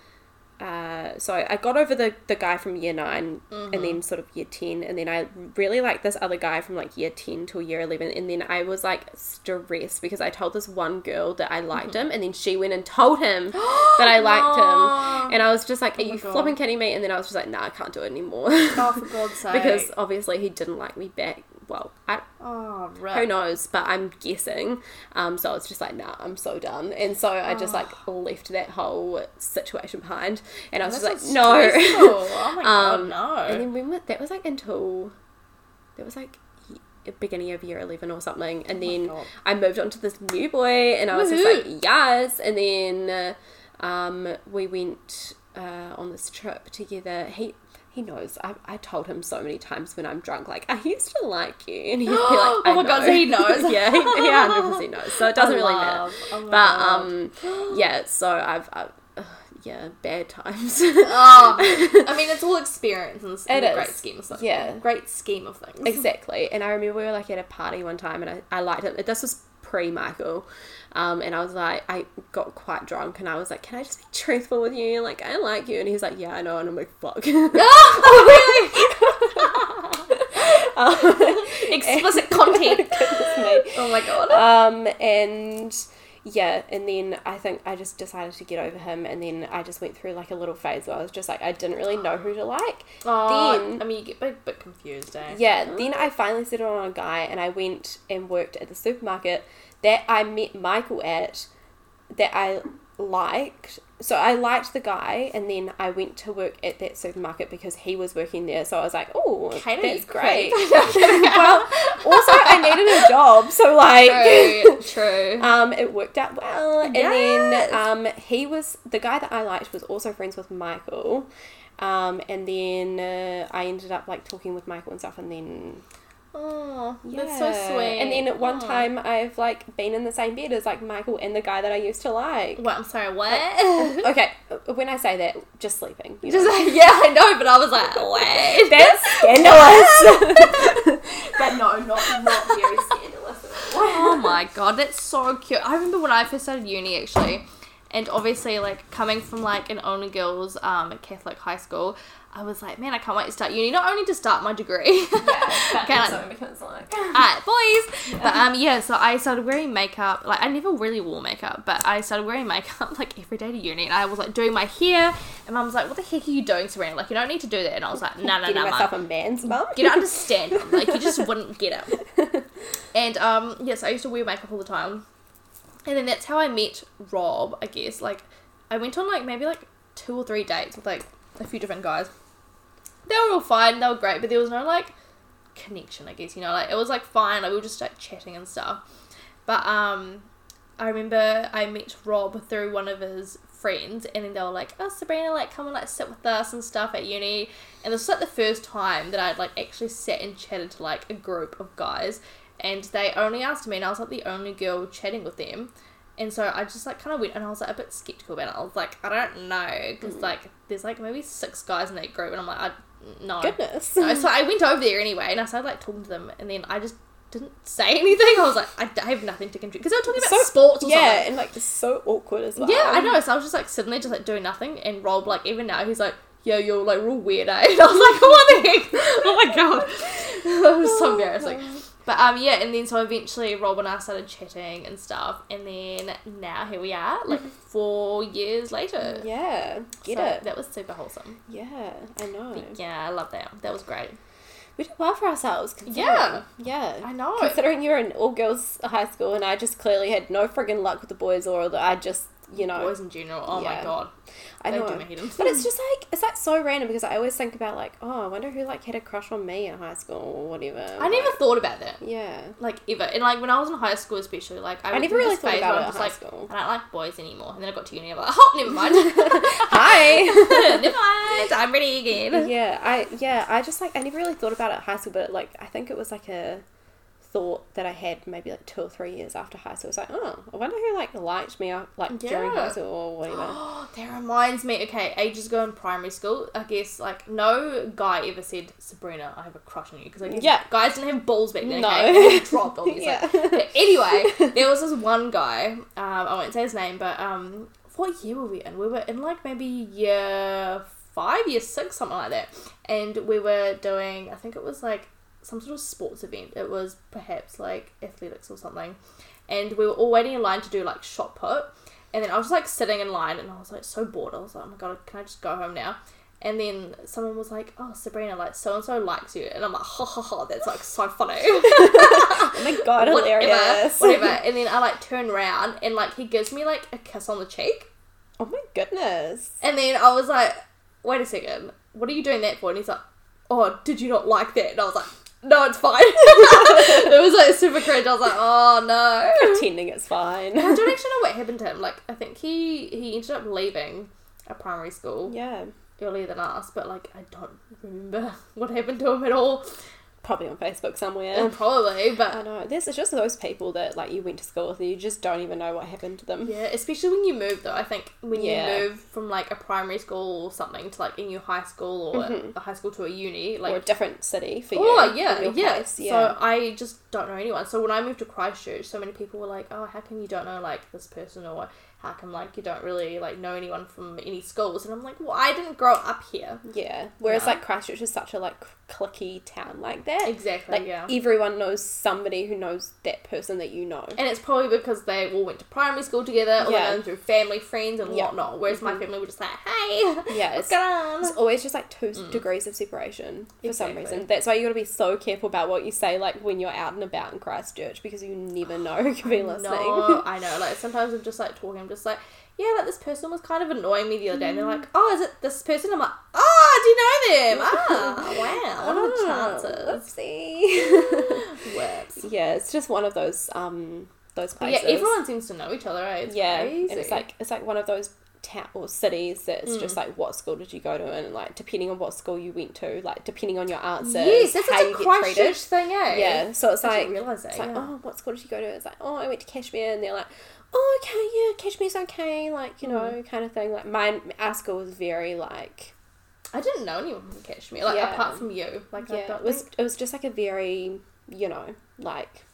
[SPEAKER 1] Uh, so I got over the, the guy from year 9 and
[SPEAKER 2] Mm-hmm.
[SPEAKER 1] then sort of year 10 and then I really liked this other guy from like year 10 till year 11 and then I was like stressed because I told this one girl that I
[SPEAKER 2] Mm-hmm.
[SPEAKER 1] liked him and then she went and told him that I liked
[SPEAKER 2] No. Oh
[SPEAKER 1] him and I was just like are
[SPEAKER 2] my
[SPEAKER 1] you
[SPEAKER 2] God.
[SPEAKER 1] flipping kidding me and then I was just like nah I can't do it anymore
[SPEAKER 2] Oh, for God's sake!
[SPEAKER 1] because obviously he didn't like me back. Well, I,
[SPEAKER 2] oh, right.
[SPEAKER 1] who knows, but I'm guessing. Um, so it's just like, nah, I'm so done. And so I just like left that whole situation behind, and I was
[SPEAKER 2] Oh, That's
[SPEAKER 1] just like,
[SPEAKER 2] so
[SPEAKER 1] no.
[SPEAKER 2] stressful. Oh my god,
[SPEAKER 1] Um, and
[SPEAKER 2] no.
[SPEAKER 1] then when was, that was like until that was like ye- beginning of year 11 or something and then
[SPEAKER 2] Oh God.
[SPEAKER 1] i moved on to this new boy and i was just
[SPEAKER 2] Woohoo.
[SPEAKER 1] like yes and then uh, um, we went uh, on this trip together he he knows I, I told him so many times when i'm drunk like i used to like you and he'd be like
[SPEAKER 2] Oh
[SPEAKER 1] "I
[SPEAKER 2] my God,
[SPEAKER 1] know."
[SPEAKER 2] so he knows.
[SPEAKER 1] yeah he, he 100% knows so it doesn't
[SPEAKER 2] I
[SPEAKER 1] really matter
[SPEAKER 2] love- oh my
[SPEAKER 1] but
[SPEAKER 2] God.
[SPEAKER 1] um yeah so i've, I've ugh, yeah, bad times.
[SPEAKER 2] Oh, I mean, it's all experience in, the- in
[SPEAKER 1] It
[SPEAKER 2] the
[SPEAKER 1] is.
[SPEAKER 2] great scheme of things.
[SPEAKER 1] Yeah.
[SPEAKER 2] great scheme of things.
[SPEAKER 1] Exactly. And I remember we were like at a party one time and I, I liked it. This was pre Michael. Um, and I was like, I got quite drunk and I was like, can I just be truthful with you? Like, I like you. And he was like, yeah, I know. And I'm like, fuck. Um,
[SPEAKER 2] Explicit content.
[SPEAKER 1] Goodness me.
[SPEAKER 2] oh my god.
[SPEAKER 1] um, and yeah, and then I think I just decided to get over him, and then I just went through like a little phase where I was just like, I didn't really know who to like.
[SPEAKER 2] Oh,
[SPEAKER 1] then-
[SPEAKER 2] I mean, you get a bit, bit confused, eh?
[SPEAKER 1] Yeah, then I finally settled on a guy, and I went and worked at the supermarket that I met Michael at that I liked. So I liked the guy, and then I went to work at that supermarket because he was working there. So I was like, "Oh,
[SPEAKER 2] Kato,
[SPEAKER 1] that's
[SPEAKER 2] you
[SPEAKER 1] great."
[SPEAKER 2] creep.
[SPEAKER 1] well, also I needed a job, so like,
[SPEAKER 2] True, true.
[SPEAKER 1] Um, it worked out well, and
[SPEAKER 2] Yes.
[SPEAKER 1] then um, he was the guy that I liked was also friends with Michael, um, and then uh, I ended up like talking with Michael and stuff, and then
[SPEAKER 2] oh,
[SPEAKER 1] yeah,
[SPEAKER 2] that's so sweet.
[SPEAKER 1] And then at one
[SPEAKER 2] Oh.
[SPEAKER 1] time, I've like been in the same bed as like Michael and the guy that I used to like.
[SPEAKER 2] Wait, I'm sorry, what?
[SPEAKER 1] Okay, when Uh, I say that, just sleeping. you
[SPEAKER 2] Just
[SPEAKER 1] know.
[SPEAKER 2] like, yeah, I know, but I was like, wait.
[SPEAKER 1] that's scandalous.
[SPEAKER 2] But no, not, not very scandalous Oh my god, that's so cute. I remember when I first started uni actually, and obviously like coming from like an only girls um Catholic high school, I was like, man, I can't wait to start uni. Not only to start my degree, Can I-
[SPEAKER 3] because like
[SPEAKER 2] Alright, boys. But um, yeah. So I started wearing makeup. Like I never really wore makeup, but I started wearing makeup like every day to uni. And I was like doing my hair, and mum was like, "What the heck are you doing, Serena? Like you don't need to do that." And I was like, "No, no,
[SPEAKER 1] Getting
[SPEAKER 2] no,
[SPEAKER 1] myself
[SPEAKER 2] mum.
[SPEAKER 1] a man's mum.
[SPEAKER 2] You don't understand. Mum. Like you just wouldn't get it." And um, yes, I used to wear makeup all the time. And then that's how I met Rob, I guess. Like, I went on like maybe like two or three dates with like a few different guys. They were all fine, they were great, but there was no like connection, I guess, you know, like it was like fine, like we were just like chatting and stuff. But um I remember I met Rob through one of his friends and then they were like, Oh Sabrina, like come and like sit with us and stuff at uni and this was like the first time that I'd like actually sat and chatted to like a group of guys and they only asked me and I was like the only girl chatting with them. And so I just like kind of went and I was like a bit skeptical about it. I was like, I don't know, because like there's like maybe six guys in that group, and I'm like, I no,
[SPEAKER 1] Goodness.
[SPEAKER 2] no, so I went over there anyway, and I started like talking to them, and then I just didn't say anything. I was like, I, I have nothing to contribute because they were talking about
[SPEAKER 1] So-
[SPEAKER 2] sports or
[SPEAKER 1] yeah,
[SPEAKER 2] something.
[SPEAKER 1] and like so awkward as well.
[SPEAKER 2] Yeah, I know. So I was just like sitting there, just like doing nothing, and Rob like even now he's like, yeah, you're like real weird, eh? And I was like, what the heck? Oh my god, it was
[SPEAKER 1] Oh,
[SPEAKER 2] so embarrassing. But um, yeah, and then so eventually Rob and I started chatting and stuff, and then now here we are, like four years later.
[SPEAKER 1] Mm-hmm. Yeah, get
[SPEAKER 2] So
[SPEAKER 1] it.
[SPEAKER 2] That was super wholesome.
[SPEAKER 1] Yeah, I know.
[SPEAKER 2] But yeah, I love that. That was great.
[SPEAKER 1] We did well for ourselves. Considering.
[SPEAKER 2] Yeah.
[SPEAKER 1] yeah.
[SPEAKER 2] I know.
[SPEAKER 1] Considering you were in all girls high school, and I just clearly had no friggin' luck with the boys, or the, I just, you know,
[SPEAKER 2] boys in general. Oh
[SPEAKER 1] Yeah.
[SPEAKER 2] my god,
[SPEAKER 1] I
[SPEAKER 2] they
[SPEAKER 1] know.
[SPEAKER 2] do me hate 'em.
[SPEAKER 1] But it's just like it's like so random because I always think about like, oh, I wonder who like had a crush on me in high school or whatever.
[SPEAKER 2] I never thought about that,
[SPEAKER 1] Yeah.
[SPEAKER 2] like ever. And like when I was in high school, especially, like I,
[SPEAKER 1] I
[SPEAKER 2] went
[SPEAKER 1] never
[SPEAKER 2] through
[SPEAKER 1] really
[SPEAKER 2] this
[SPEAKER 1] thought
[SPEAKER 2] phase
[SPEAKER 1] about
[SPEAKER 2] where
[SPEAKER 1] it
[SPEAKER 2] I'm
[SPEAKER 1] at
[SPEAKER 2] just
[SPEAKER 1] high
[SPEAKER 2] like,
[SPEAKER 1] school.
[SPEAKER 2] I don't like boys anymore. And then I got to uni, and I'm like, oh, never mind,
[SPEAKER 1] Hi.
[SPEAKER 2] never mind, I'm ready again.
[SPEAKER 1] yeah, I yeah, I just like I never really thought about it at high school, but like I think it was like a thought that I had maybe like two or three years after high school. It's like, oh, I wonder who like liked me uh, like during high
[SPEAKER 2] Yeah.
[SPEAKER 1] school or whatever.
[SPEAKER 2] Oh, that reminds me. Okay, ages ago in primary school, I guess like no guy ever said Sabrina, I have a crush on you because like
[SPEAKER 1] Yeah.
[SPEAKER 2] guys didn't have balls back then.
[SPEAKER 1] No.
[SPEAKER 2] okay? They dropped obviously.
[SPEAKER 1] Yeah.
[SPEAKER 2] But anyway, there was this one guy. Um, I won't say his name, but um, what year were we in? We were in like maybe year five, year six, something like that. And we were doing, I think it was like some sort of sports event. It was perhaps like athletics or something. And we were all waiting in line to do like shot put. And then I was just like sitting in line, and I was like so bored. I was like, oh my god, can I just go home now? And then someone was like, oh Sabrina, like so and so likes you, and I'm like, ha ha ha, that's like so funny.
[SPEAKER 1] Oh my god, hilarious.
[SPEAKER 2] Whatever, whatever. And then I like turn around and like he gives me like a kiss on the cheek.
[SPEAKER 1] Oh my goodness.
[SPEAKER 2] And then I was like, wait a second, what are you doing that for? And he's like, oh, did you not like that? And I was like, no, it's fine. it was like super cringe. I was like, oh no.
[SPEAKER 1] Pretending it's fine.
[SPEAKER 2] I don't actually know what happened to him. Like, I think he he ended up leaving a primary school
[SPEAKER 1] yeah.
[SPEAKER 2] earlier than us, but like I don't remember what happened to him at all.
[SPEAKER 1] probably on Facebook somewhere.
[SPEAKER 2] Um, Probably,
[SPEAKER 1] Um, I
[SPEAKER 2] but
[SPEAKER 1] know. There's it's just those people that like you went to school with and you just don't even know what happened to them.
[SPEAKER 2] yeah, especially when you move though. I think when
[SPEAKER 1] Yeah.
[SPEAKER 2] you move from like a primary school or something to like a new high school or a high school to a uni, like
[SPEAKER 1] Mm-hmm. or a different city for you.
[SPEAKER 2] Oh
[SPEAKER 1] from
[SPEAKER 2] yeah,
[SPEAKER 1] your
[SPEAKER 2] yeah.
[SPEAKER 1] place,
[SPEAKER 2] So I just don't know anyone. So when I moved to Christchurch, so many people were like, "Oh, how come you don't know like this person?" Or "How come like you don't really like know anyone from any schools?" And I'm like, "Well, I didn't grow up here."
[SPEAKER 1] Yeah. Whereas
[SPEAKER 2] No.
[SPEAKER 1] like Christchurch is such a like clicky town like that.
[SPEAKER 2] Exactly.
[SPEAKER 1] Like e
[SPEAKER 2] yeah.
[SPEAKER 1] everyone knows somebody who knows that person that you know.
[SPEAKER 2] and it's probably because they all went to primary school together, or
[SPEAKER 1] Yeah.
[SPEAKER 2] they known through family, friends, and
[SPEAKER 1] Yeah. Mm-hmm.
[SPEAKER 2] whatnot. Whereas my family were just like, "Hey,
[SPEAKER 1] Yeah,
[SPEAKER 2] what's
[SPEAKER 1] it's,
[SPEAKER 2] going on?"
[SPEAKER 1] it's always just like two s- degrees of separation for some
[SPEAKER 2] Mm. Exactly.
[SPEAKER 1] reason. That's why you got to be so careful about what you say, like when you're out and about in Christchurch, because you never know who could be listening.
[SPEAKER 2] No, I know. Like sometimes I'm just like talking. I'm just like, yeah, like this person was kind of annoying me the other day. And they're
[SPEAKER 1] Mm.
[SPEAKER 2] like, oh, is it this person? I'm like, oh, do you know them? Ah, wow, what are the chances?
[SPEAKER 1] Whoopsie.
[SPEAKER 2] Works.
[SPEAKER 1] yeah, it's just one of those um those
[SPEAKER 2] But yeah,
[SPEAKER 1] places.
[SPEAKER 2] everyone seems to know each other. Right? It's
[SPEAKER 1] yeah,
[SPEAKER 2] crazy. Hmm.
[SPEAKER 1] and it's like it's like one of those town or cities that's just like what school did you go to, and like depending on what school you went to, like depending on your answers,
[SPEAKER 2] yes, that's
[SPEAKER 1] how
[SPEAKER 2] such a
[SPEAKER 1] you get
[SPEAKER 2] Christchurch
[SPEAKER 1] treated.
[SPEAKER 2] thing, eh?
[SPEAKER 1] Yeah, so it's
[SPEAKER 2] I
[SPEAKER 1] like
[SPEAKER 2] didn't realize that.
[SPEAKER 1] it's like
[SPEAKER 2] yeah.
[SPEAKER 1] oh, what school did you go to? It's like oh, I went to Kashmir, and they're like. Oh, okay, yeah, Kashmir's okay, like, you
[SPEAKER 2] Hmm.
[SPEAKER 1] know, kind of thing. Like, mine, our school was very, like,
[SPEAKER 2] I didn't know anyone from Kashmir, like
[SPEAKER 1] Yeah.
[SPEAKER 2] apart from you. Like I
[SPEAKER 1] yeah,
[SPEAKER 2] don't
[SPEAKER 1] it was,
[SPEAKER 2] think-
[SPEAKER 1] it was just, like, a very, you know, like,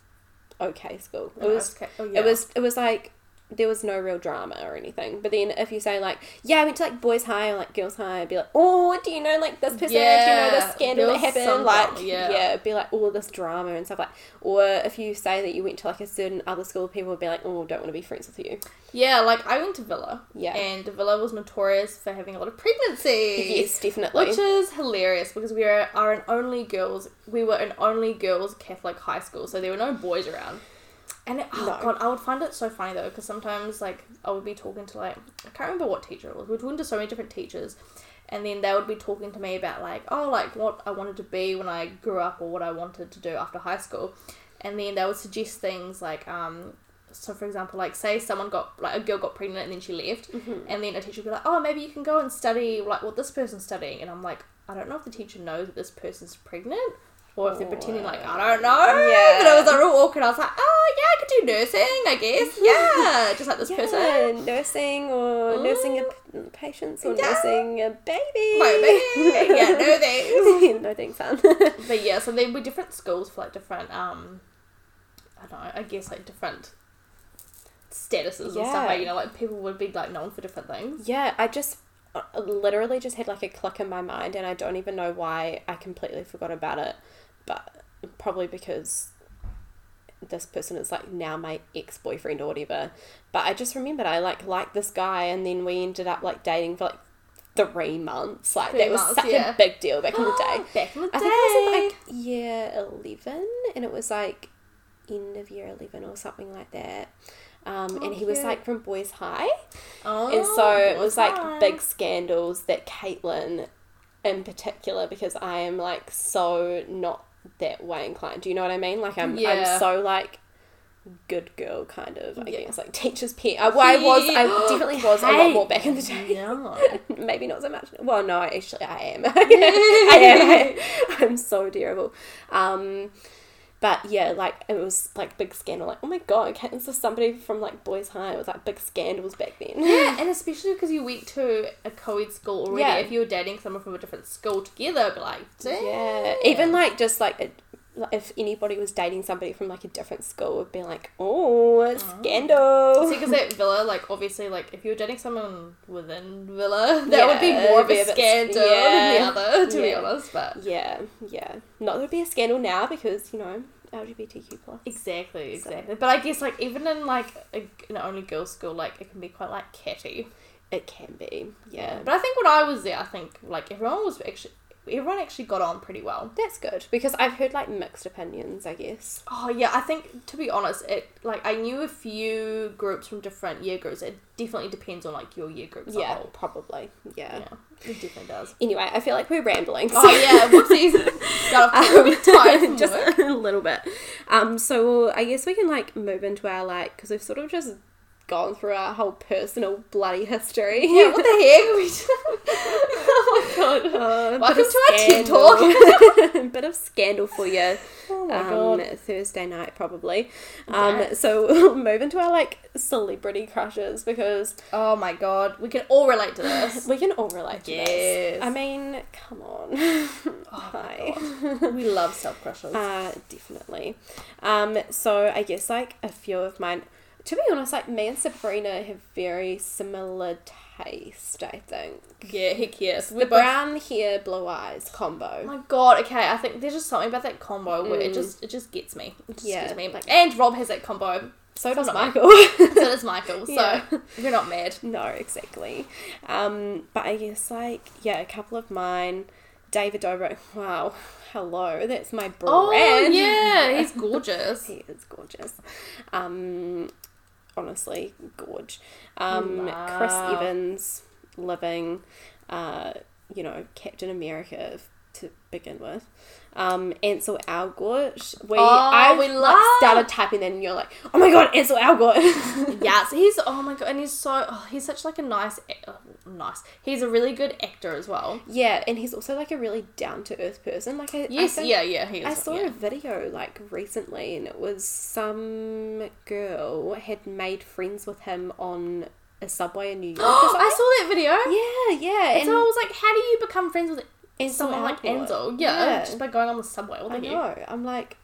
[SPEAKER 1] okay school. It
[SPEAKER 2] Oh,
[SPEAKER 1] was
[SPEAKER 2] okay. Oh, yeah.
[SPEAKER 1] It was it was like there was no real drama or anything. But then if you say like, yeah, I went to like boys high or like girls high, I'd be like, oh, do you know like this person?
[SPEAKER 2] Yeah,
[SPEAKER 1] do you know this scandal that
[SPEAKER 2] there was
[SPEAKER 1] happened?
[SPEAKER 2] some
[SPEAKER 1] Like,
[SPEAKER 2] drama, yeah.
[SPEAKER 1] it'd be like all this drama and stuff like. Or if you say that you went to like a certain other school, people would be like, oh, don't want to be friends with you.
[SPEAKER 2] yeah, like I went to Villa.
[SPEAKER 1] Yeah.
[SPEAKER 2] And Villa was notorious for having a lot of pregnancies.
[SPEAKER 1] Yes, definitely.
[SPEAKER 2] Which is hilarious because we are, are an only girls. We were an only girls Catholic high school, so there were no boys around. And it, oh
[SPEAKER 1] No.
[SPEAKER 2] god, I would find it so funny though because sometimes like I would be talking to like I can't remember what teacher it was. We were talking to so many different teachers, and then they would be talking to me about like oh like what I wanted to be when I grew up or what I wanted to do after high school, and then they would suggest things like um so for example like say someone got like a girl got pregnant and then she left
[SPEAKER 1] Mm-hmm.
[SPEAKER 2] and then a teacher would be like oh maybe you can go and study like what this person's studying and i'm like i don't know if the teacher knows that this person's pregnant or if they're pretending like i don't know
[SPEAKER 1] Oh, Yeah.
[SPEAKER 2] but it was like real awkward i was like oh yeah i could do nursing i guess yeah just like this
[SPEAKER 1] yeah,
[SPEAKER 2] person
[SPEAKER 1] nursing or nursing a p- patients or
[SPEAKER 2] Oh. Yeah.
[SPEAKER 1] nursing a baby.
[SPEAKER 2] My baby. yeah no thanks
[SPEAKER 1] no thanks, son.
[SPEAKER 2] but yeah so there were different schools for like different um i don't know i guess like different statuses and
[SPEAKER 1] Yeah.
[SPEAKER 2] stuff like you know like people would be like known for different things
[SPEAKER 1] Yeah, I just uh, literally just had like a click in my mind, and I don't even know why I completely forgot about it, but probably because this person is like now my ex boyfriend or whatever. But I just remembered I like liked this guy, and then we ended up like dating for like three months. Like
[SPEAKER 2] Three
[SPEAKER 1] that was
[SPEAKER 2] months,
[SPEAKER 1] such
[SPEAKER 2] yeah.
[SPEAKER 1] a big deal back in the day.
[SPEAKER 2] Back in the day.
[SPEAKER 1] I think I was in like year 11 and it was like end of year 11 or something like that. Um,
[SPEAKER 2] Oh,
[SPEAKER 1] and he was
[SPEAKER 2] cute.
[SPEAKER 1] like from Boys High.
[SPEAKER 2] oh,
[SPEAKER 1] And so it was like
[SPEAKER 2] fun.
[SPEAKER 1] big scandals that Caitlin, in particular, because I am like so not that way inclined. Do you know what I mean? Like I'm,
[SPEAKER 2] Yeah.
[SPEAKER 1] I'm so like good girl kind of. I
[SPEAKER 2] Yeah.
[SPEAKER 1] guess like teacher's pet. I, well, I was, I definitely was a lot more back in the day.
[SPEAKER 2] Yeah.
[SPEAKER 1] Maybe not so much. Well, no, actually, I am. I am. I, I'm so terrible. Um, but yeah, like it was like big scandal. Like oh my god, okay, this is somebody from like Boys High. It was like big scandals back then.
[SPEAKER 2] yeah, and especially because you went to a co-ed school already.
[SPEAKER 1] Yeah.
[SPEAKER 2] If you were dating someone from a different school together, it'd be like, damn.
[SPEAKER 1] Yeah, even like just like it, like, if anybody was dating somebody from like a different school, would be like, oh, it's
[SPEAKER 2] See,
[SPEAKER 1] scandal.
[SPEAKER 2] because at Villa, like obviously, like if you were dating someone within Villa, that would be
[SPEAKER 1] Yeah,
[SPEAKER 2] more
[SPEAKER 1] it'd
[SPEAKER 2] of
[SPEAKER 1] be
[SPEAKER 2] a
[SPEAKER 1] a bit-
[SPEAKER 2] scandal
[SPEAKER 1] yeah.
[SPEAKER 2] than the other, to be
[SPEAKER 1] Yeah.
[SPEAKER 2] honest. But
[SPEAKER 1] Yeah, yeah. Not that it'd be a scandal now because you know LGBTQ plus.
[SPEAKER 2] exactly,
[SPEAKER 1] So-
[SPEAKER 2] exactly. But I guess like even in like a, an only girls school, like it can be quite like catty.
[SPEAKER 1] It can be, yeah.
[SPEAKER 2] But I think when I was there, I think like everyone was actually everyone actually got on pretty well.
[SPEAKER 1] That's good because I've heard like mixed opinions. I guess.
[SPEAKER 2] Oh yeah, I think to be honest, it like I knew a few groups from different year groups. It definitely depends on like your year group. as a
[SPEAKER 1] Yeah,
[SPEAKER 2] whole.
[SPEAKER 1] probably. Yeah.
[SPEAKER 2] yeah, it definitely does.
[SPEAKER 1] Anyway, I feel like we're rambling. so- Um,
[SPEAKER 2] Oh yeah, whoopsies. Got off to a bit tired from
[SPEAKER 1] just
[SPEAKER 2] work.
[SPEAKER 1] a little bit. Um, so I guess we can like move into our like because we've sort of just gone through our whole personal bloody history.
[SPEAKER 2] Yeah, what the heck? We just- oh god.
[SPEAKER 1] Uh,
[SPEAKER 2] Welcome
[SPEAKER 1] bit of
[SPEAKER 2] to our TED
[SPEAKER 1] scandal. bit of scandal for you.
[SPEAKER 2] Oh my
[SPEAKER 1] um,
[SPEAKER 2] god.
[SPEAKER 1] Thursday night probably. Um,
[SPEAKER 2] Yes.
[SPEAKER 1] so we'll move into our like celebrity crushes because
[SPEAKER 2] Oh my god. We can all relate to this.
[SPEAKER 1] we can all relate to this.
[SPEAKER 2] Yes. Oh
[SPEAKER 1] I mean, come on. Hi.
[SPEAKER 2] we love self crushes.
[SPEAKER 1] Uh, definitely. Um, so I guess like a few of mine. To be honest, like me and Sabrina have very similar taste. I think
[SPEAKER 2] yeah, heck yes.
[SPEAKER 1] the
[SPEAKER 2] We're both
[SPEAKER 1] brown hair, blue eyes
[SPEAKER 2] Oh
[SPEAKER 1] combo.
[SPEAKER 2] my god, okay, I think there's just something about that combo where
[SPEAKER 1] Mm.
[SPEAKER 2] it just it just gets me. It just
[SPEAKER 1] Yeah,
[SPEAKER 2] gets me.
[SPEAKER 1] like-
[SPEAKER 2] and Rob has that combo.
[SPEAKER 1] So
[SPEAKER 2] so
[SPEAKER 1] does
[SPEAKER 2] not mine.
[SPEAKER 1] Michael.
[SPEAKER 2] So does Michael.
[SPEAKER 1] Yeah.
[SPEAKER 2] So we're not mad.
[SPEAKER 1] no, exactly. Um, but I guess like yeah, a couple of mine. David Dobrik. Wow, hello, that's my brand.
[SPEAKER 2] Oh yeah, he's gorgeous.
[SPEAKER 1] He is gorgeous. Um, honestly, gorge. Um, Chris
[SPEAKER 2] Wow.
[SPEAKER 1] Evans, living, uh, you know, Captain America f- to begin with. Um, Ansel Elgort. We,
[SPEAKER 2] Oh,
[SPEAKER 1] I
[SPEAKER 2] we
[SPEAKER 1] like
[SPEAKER 2] love-
[SPEAKER 1] started typing in and you're like, oh my god, Ansel Elgort.
[SPEAKER 2] yes, he's oh my god, and he's so oh, he's such like a nice ac- oh, nice. He's a really good actor as well.
[SPEAKER 1] yeah, and he's also like a really down to earth person. Like, I, I
[SPEAKER 2] Yes,
[SPEAKER 1] think-
[SPEAKER 2] yeah, yeah, he is.
[SPEAKER 1] I saw
[SPEAKER 2] yeah.
[SPEAKER 1] a video like recently, and it was some girl had made friends with him on a subway in New York. or
[SPEAKER 2] I
[SPEAKER 1] something.
[SPEAKER 2] saw that video.
[SPEAKER 1] Yeah, yeah,
[SPEAKER 2] And
[SPEAKER 1] and
[SPEAKER 2] so I was like, how do you become friends with
[SPEAKER 1] Ansel
[SPEAKER 2] someone like
[SPEAKER 1] Elgort.
[SPEAKER 2] Enzo? Yeah,
[SPEAKER 1] Yeah.
[SPEAKER 2] just by going on the subway. What the
[SPEAKER 1] I
[SPEAKER 2] heck?
[SPEAKER 1] know. I'm like,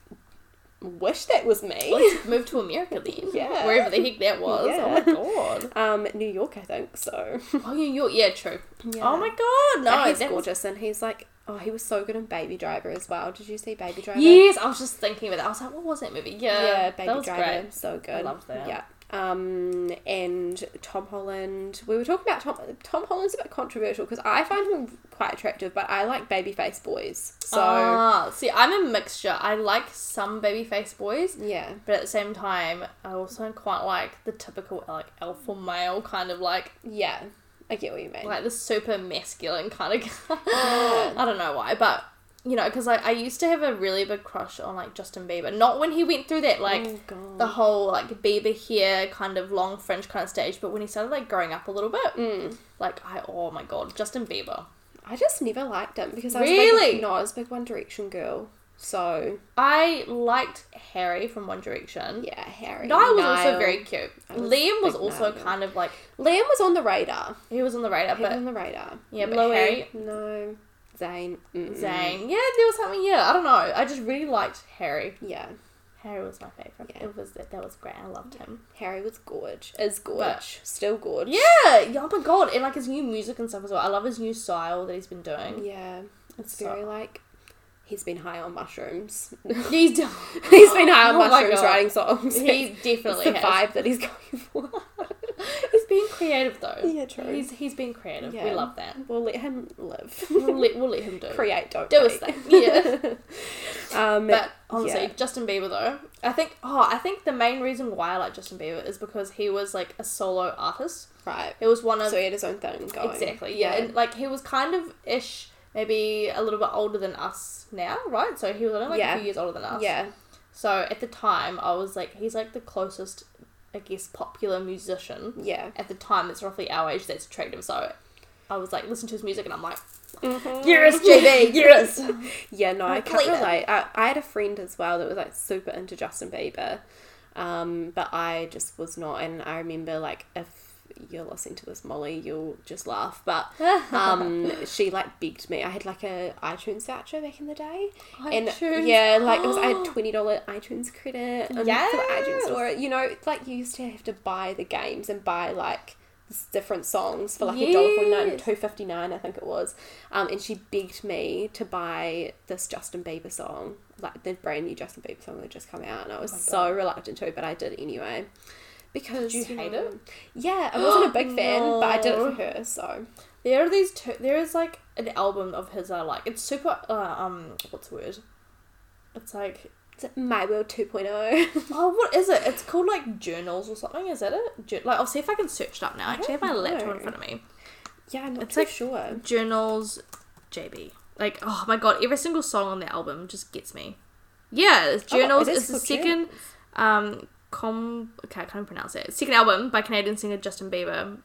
[SPEAKER 1] wish that was me.
[SPEAKER 2] Let's move to America then.
[SPEAKER 1] Yeah.
[SPEAKER 2] Wherever the heck that was.
[SPEAKER 1] Yeah.
[SPEAKER 2] Oh my god.
[SPEAKER 1] um, New York, I think so.
[SPEAKER 2] Oh, New York. Yeah, true.
[SPEAKER 1] Yeah.
[SPEAKER 2] Oh my god. No,
[SPEAKER 1] he's
[SPEAKER 2] that was-
[SPEAKER 1] gorgeous, and he's like, oh, he was so good in Baby Driver as well. Did you see Baby Driver?
[SPEAKER 2] Yes, I was just thinking about that. I was like, what was that movie? Yeah,
[SPEAKER 1] Yeah,
[SPEAKER 2] that
[SPEAKER 1] Baby
[SPEAKER 2] was
[SPEAKER 1] Driver,
[SPEAKER 2] great.
[SPEAKER 1] so good.
[SPEAKER 2] loved that.
[SPEAKER 1] Yeah. Um, and Tom Holland. We were talking about Tom. Tom Holland's a bit controversial because I find him quite attractive, but I like babyface boys. So
[SPEAKER 2] Ah, see, I'm a mixture. I like some babyface boys,
[SPEAKER 1] yeah,
[SPEAKER 2] but at the same time, I also quite like the typical like alpha male kind of like
[SPEAKER 1] yeah, I get what you mean.
[SPEAKER 2] like the super masculine kind of guy.
[SPEAKER 1] Oh.
[SPEAKER 2] I don't know why, but you know, because like I used to have a really big crush on like Justin Bieber. Not when he went through that like
[SPEAKER 1] oh, God.
[SPEAKER 2] the whole like Bieber hair kind of long fringe kind of stage, but when he started like growing up a little bit,
[SPEAKER 1] Mm.
[SPEAKER 2] like I oh my god, Justin Bieber.
[SPEAKER 1] I just never liked him because I was
[SPEAKER 2] Really?
[SPEAKER 1] big, no, I was a big One Direction girl. So
[SPEAKER 2] I liked Harry from One Direction.
[SPEAKER 1] yeah, Harry.
[SPEAKER 2] Niall was also
[SPEAKER 1] Niall.
[SPEAKER 2] very cute.
[SPEAKER 1] I was
[SPEAKER 2] Liam was
[SPEAKER 1] big
[SPEAKER 2] also
[SPEAKER 1] Niall.
[SPEAKER 2] kind of like
[SPEAKER 1] Liam was on the radar.
[SPEAKER 2] he was on the radar,
[SPEAKER 1] He was on
[SPEAKER 2] but
[SPEAKER 1] the radar.
[SPEAKER 2] Yeah, but
[SPEAKER 1] Louis,
[SPEAKER 2] Harry-
[SPEAKER 1] no, Zayn, mm-mm.
[SPEAKER 2] Zayn, yeah, there was something. Yeah, I don't know. I just really liked Harry.
[SPEAKER 1] Yeah,
[SPEAKER 2] Harry was my favorite.
[SPEAKER 1] Yeah.
[SPEAKER 2] It was that that was great. I loved him.
[SPEAKER 1] Harry was gorge. Is gorge. Still gorge.
[SPEAKER 2] Yeah, yeah, oh my god, and like his new music and stuff as well. I love his new style that he's been doing.
[SPEAKER 1] Yeah. It's
[SPEAKER 2] So-
[SPEAKER 1] very like he's been high on mushrooms.
[SPEAKER 2] He's done.
[SPEAKER 1] he's been high on
[SPEAKER 2] Oh my
[SPEAKER 1] mushrooms
[SPEAKER 2] God.
[SPEAKER 1] writing songs.
[SPEAKER 2] He
[SPEAKER 1] it's
[SPEAKER 2] definitely
[SPEAKER 1] the
[SPEAKER 2] has.
[SPEAKER 1] vibe that he's going for.
[SPEAKER 2] He's being creative though.
[SPEAKER 1] Yeah, true.
[SPEAKER 2] He's he's being creative. We
[SPEAKER 1] Yeah.
[SPEAKER 2] love that.
[SPEAKER 1] We'll let him live.
[SPEAKER 2] We'll let, we'll let him do. it.
[SPEAKER 1] Create, don't
[SPEAKER 2] Do
[SPEAKER 1] we?
[SPEAKER 2] his thing. Yeah.
[SPEAKER 1] um,
[SPEAKER 2] But honestly,
[SPEAKER 1] yeah.
[SPEAKER 2] Justin Bieber though, I think oh, I think the main reason why I like Justin Bieber is because he was like a solo artist.
[SPEAKER 1] right.
[SPEAKER 2] It was one of
[SPEAKER 1] So oh, he had his own thing going.
[SPEAKER 2] exactly yeah, and like he was kind of ish, maybe a little bit older than us now, right? So he was only like
[SPEAKER 1] Yeah.
[SPEAKER 2] a few years older than us.
[SPEAKER 1] yeah.
[SPEAKER 2] So at the time, I was like, he's like the closest, I guess, popular musician
[SPEAKER 1] Yeah.
[SPEAKER 2] at the time that's roughly our age that's attractive. So I was like, listen to his music, and I'm like,
[SPEAKER 1] Mhm.
[SPEAKER 2] yes, JB, yes.
[SPEAKER 1] Yeah, no, I can't
[SPEAKER 2] Complete it.
[SPEAKER 1] relate. I, I had a friend as well that was like super into Justin Bieber, um, but I just was not. And I remember like if you're listening to this, Molly, you'll just laugh. But um, she like begged me. I had like a iTunes voucher back in the day, and
[SPEAKER 2] iTunes.
[SPEAKER 1] yeah, like it was I had twenty dollar iTunes credit. and for the iTunes
[SPEAKER 2] Yes.
[SPEAKER 1] store. You know, like you used to have to buy the games and buy like s- different songs for like a dollar forty nine,
[SPEAKER 2] Yes.
[SPEAKER 1] two fifty nine, I think it was. Um, and she begged me to buy this Justin Bieber song, like the brand new Justin Bieber song that had just come out, and I was
[SPEAKER 2] Oh my
[SPEAKER 1] so reluctant to, but I did anyway. Because
[SPEAKER 2] Did you hate
[SPEAKER 1] know- Yeah, I wasn't a big fan, but I did it for
[SPEAKER 2] No.
[SPEAKER 1] her. So
[SPEAKER 2] There are these two. There is like an album of his I like. It's super. Uh, um, what's the word? It's like
[SPEAKER 1] Is it My World 2.0.
[SPEAKER 2] oh, what is it? It's called like journals or something. Is that it? Jour- like I'll see if I can search it up now. I actually have my
[SPEAKER 1] don't know.
[SPEAKER 2] laptop in front of me.
[SPEAKER 1] yeah, I'm not
[SPEAKER 2] It's
[SPEAKER 1] too
[SPEAKER 2] like-
[SPEAKER 1] sure.
[SPEAKER 2] Journals, JB. Like oh my god, every single song on the album just gets me. Yeah, it's
[SPEAKER 1] Oh, it
[SPEAKER 2] journals.
[SPEAKER 1] is
[SPEAKER 2] it's the
[SPEAKER 1] called
[SPEAKER 2] second. Um, com. Okay, I can't pronounce it. Second album by Canadian singer Justin Bieber.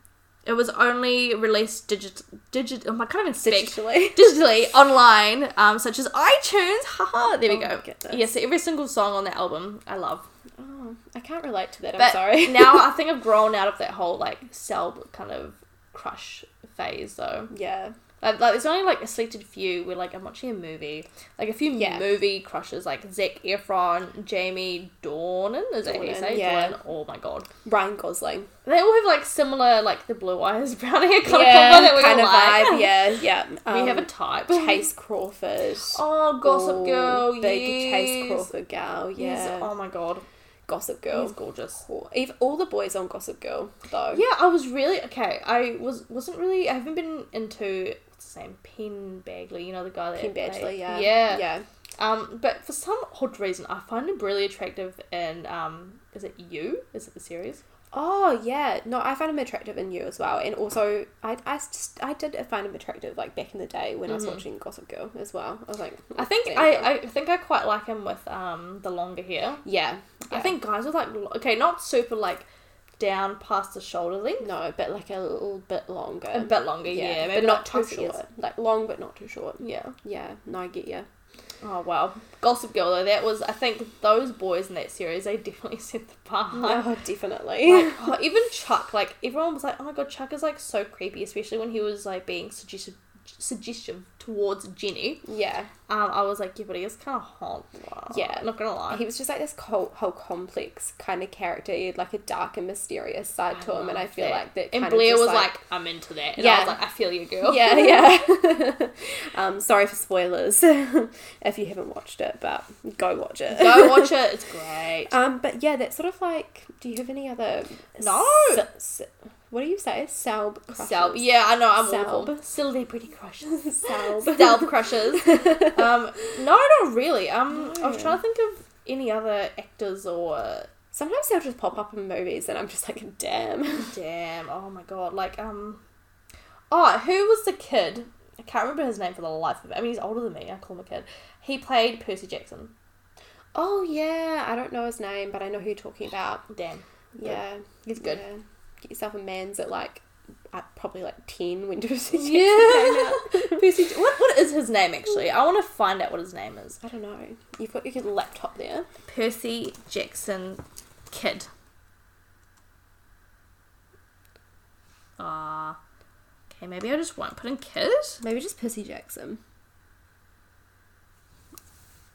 [SPEAKER 2] It was only released digit digit. Um, I can't even speak.
[SPEAKER 1] Digitally.
[SPEAKER 2] digitally online, um, such as iTunes. Haha, there we
[SPEAKER 1] Oh,
[SPEAKER 2] go.
[SPEAKER 1] goodness.
[SPEAKER 2] Yes, every single song on the album I love.
[SPEAKER 1] Oh, I can't relate to that. I'm
[SPEAKER 2] But
[SPEAKER 1] sorry.
[SPEAKER 2] now I think I've grown out of that whole like cell kind of crush phase though.
[SPEAKER 1] yeah.
[SPEAKER 2] Like, like there's only like a selected few where like I'm watching a movie, like a few
[SPEAKER 1] Yeah.
[SPEAKER 2] movie crushes like Zac Efron, Jamie Dornan, is that how you
[SPEAKER 1] Dornan,
[SPEAKER 2] say?
[SPEAKER 1] yeah.
[SPEAKER 2] Dornan? Oh my god,
[SPEAKER 1] Ryan Gosling.
[SPEAKER 2] they all have like similar like the blue eyes, brown hair kind
[SPEAKER 1] yeah,
[SPEAKER 2] of combo that we
[SPEAKER 1] kind
[SPEAKER 2] all
[SPEAKER 1] of
[SPEAKER 2] like.
[SPEAKER 1] vibe. Yeah, yeah.
[SPEAKER 2] we have a
[SPEAKER 1] Um,
[SPEAKER 2] type.
[SPEAKER 1] Chase Crawford.
[SPEAKER 2] Oh, Gossip
[SPEAKER 1] Ooh,
[SPEAKER 2] Girl,
[SPEAKER 1] Big
[SPEAKER 2] yes.
[SPEAKER 1] Chase Crawford gal. Yeah.
[SPEAKER 2] He's- oh my god,
[SPEAKER 1] Gossip
[SPEAKER 2] he's
[SPEAKER 1] Girl.
[SPEAKER 2] gorgeous.
[SPEAKER 1] Cool. Eve- All the boys on Gossip Girl though.
[SPEAKER 2] Yeah, I was really okay. I was wasn't really. I haven't been into what's his name, Penn Bagley. You know the guy that
[SPEAKER 1] Kim Badgley.
[SPEAKER 2] played-
[SPEAKER 1] Yeah.
[SPEAKER 2] yeah,
[SPEAKER 1] Yeah.
[SPEAKER 2] Um, but for some odd reason, I find him really attractive. And um, is it you? Is it the series?
[SPEAKER 1] Oh yeah, no, I found him attractive in you as well, and also I, I just I did find him attractive like back in the day when I was
[SPEAKER 2] Mhm.
[SPEAKER 1] watching Gossip Girl as well. I was like,
[SPEAKER 2] I think
[SPEAKER 1] there
[SPEAKER 2] I,
[SPEAKER 1] you go.
[SPEAKER 2] I I think I quite like him with um the longer hair.
[SPEAKER 1] yeah,
[SPEAKER 2] I
[SPEAKER 1] yeah.
[SPEAKER 2] think guys with like lo- okay, not super like down past the shoulder length,
[SPEAKER 1] no, but like a little bit longer,
[SPEAKER 2] a bit longer. Yeah, maybe
[SPEAKER 1] but not
[SPEAKER 2] like
[SPEAKER 1] too
[SPEAKER 2] past the ears.
[SPEAKER 1] short, like long but not too short.
[SPEAKER 2] Yeah.
[SPEAKER 1] Yeah, no, I get you.
[SPEAKER 2] Oh wow, Gossip Girl though that was I think those boys in that series they definitely set the bar. high.
[SPEAKER 1] Oh, definitely.
[SPEAKER 2] Like, oh, even Chuck, like everyone was like, "Oh my god, Chuck is like so creepy," especially when he was like being suggestive, suggestive towards Jenny.
[SPEAKER 1] yeah,
[SPEAKER 2] Um, I was like, "Yeah, but he is kind of hot." Wow.
[SPEAKER 1] Yeah.
[SPEAKER 2] not gonna lie.
[SPEAKER 1] he was just like this whole, whole complex kind of character. He had like a dark and mysterious side
[SPEAKER 2] I
[SPEAKER 1] to him, and I
[SPEAKER 2] love
[SPEAKER 1] feel like that.
[SPEAKER 2] and
[SPEAKER 1] kind of
[SPEAKER 2] Blair
[SPEAKER 1] just,
[SPEAKER 2] was like, "I'm into that." And I
[SPEAKER 1] Yeah.
[SPEAKER 2] was like, "I feel you, girl."
[SPEAKER 1] yeah, yeah. um, sorry for spoilers if you haven't watched it, but go watch it.
[SPEAKER 2] Go watch it. It's great.
[SPEAKER 1] Um, but yeah, that's sort of like. Do you have any other?
[SPEAKER 2] No.
[SPEAKER 1] s- s- what do you say? Salb. Crushes.
[SPEAKER 2] Selb. Yeah, I know. I'm
[SPEAKER 1] Selb.
[SPEAKER 2] awful. Celebrity crushes.
[SPEAKER 1] Salb.
[SPEAKER 2] Self crushes. um, no, not really. Um, I was
[SPEAKER 1] No.
[SPEAKER 2] trying to think of any other actors or
[SPEAKER 1] Sometimes they'll just pop up in movies, and I'm just like, damn.
[SPEAKER 2] Damn. Oh my god. Like, um. Oh, who was the kid? I can't remember his name for the life of me. I mean, he's older than me. I call him a kid. He played Percy Jackson.
[SPEAKER 1] Oh yeah, I don't know his name, but I know who you're talking about.
[SPEAKER 2] Damn.
[SPEAKER 1] Yeah,
[SPEAKER 2] He's good.
[SPEAKER 1] yeah. Get yourself a man's at like, at probably like ten when Percy Jackson came
[SPEAKER 2] Yeah.
[SPEAKER 1] out.
[SPEAKER 2] Percy. J- What, what is his name, actually? I want to find out what his name is.
[SPEAKER 1] I don't know. You've got your laptop there.
[SPEAKER 2] Percy Jackson Kid. Ah. okay, maybe I just won't put in kid?
[SPEAKER 1] Maybe just Percy Jackson.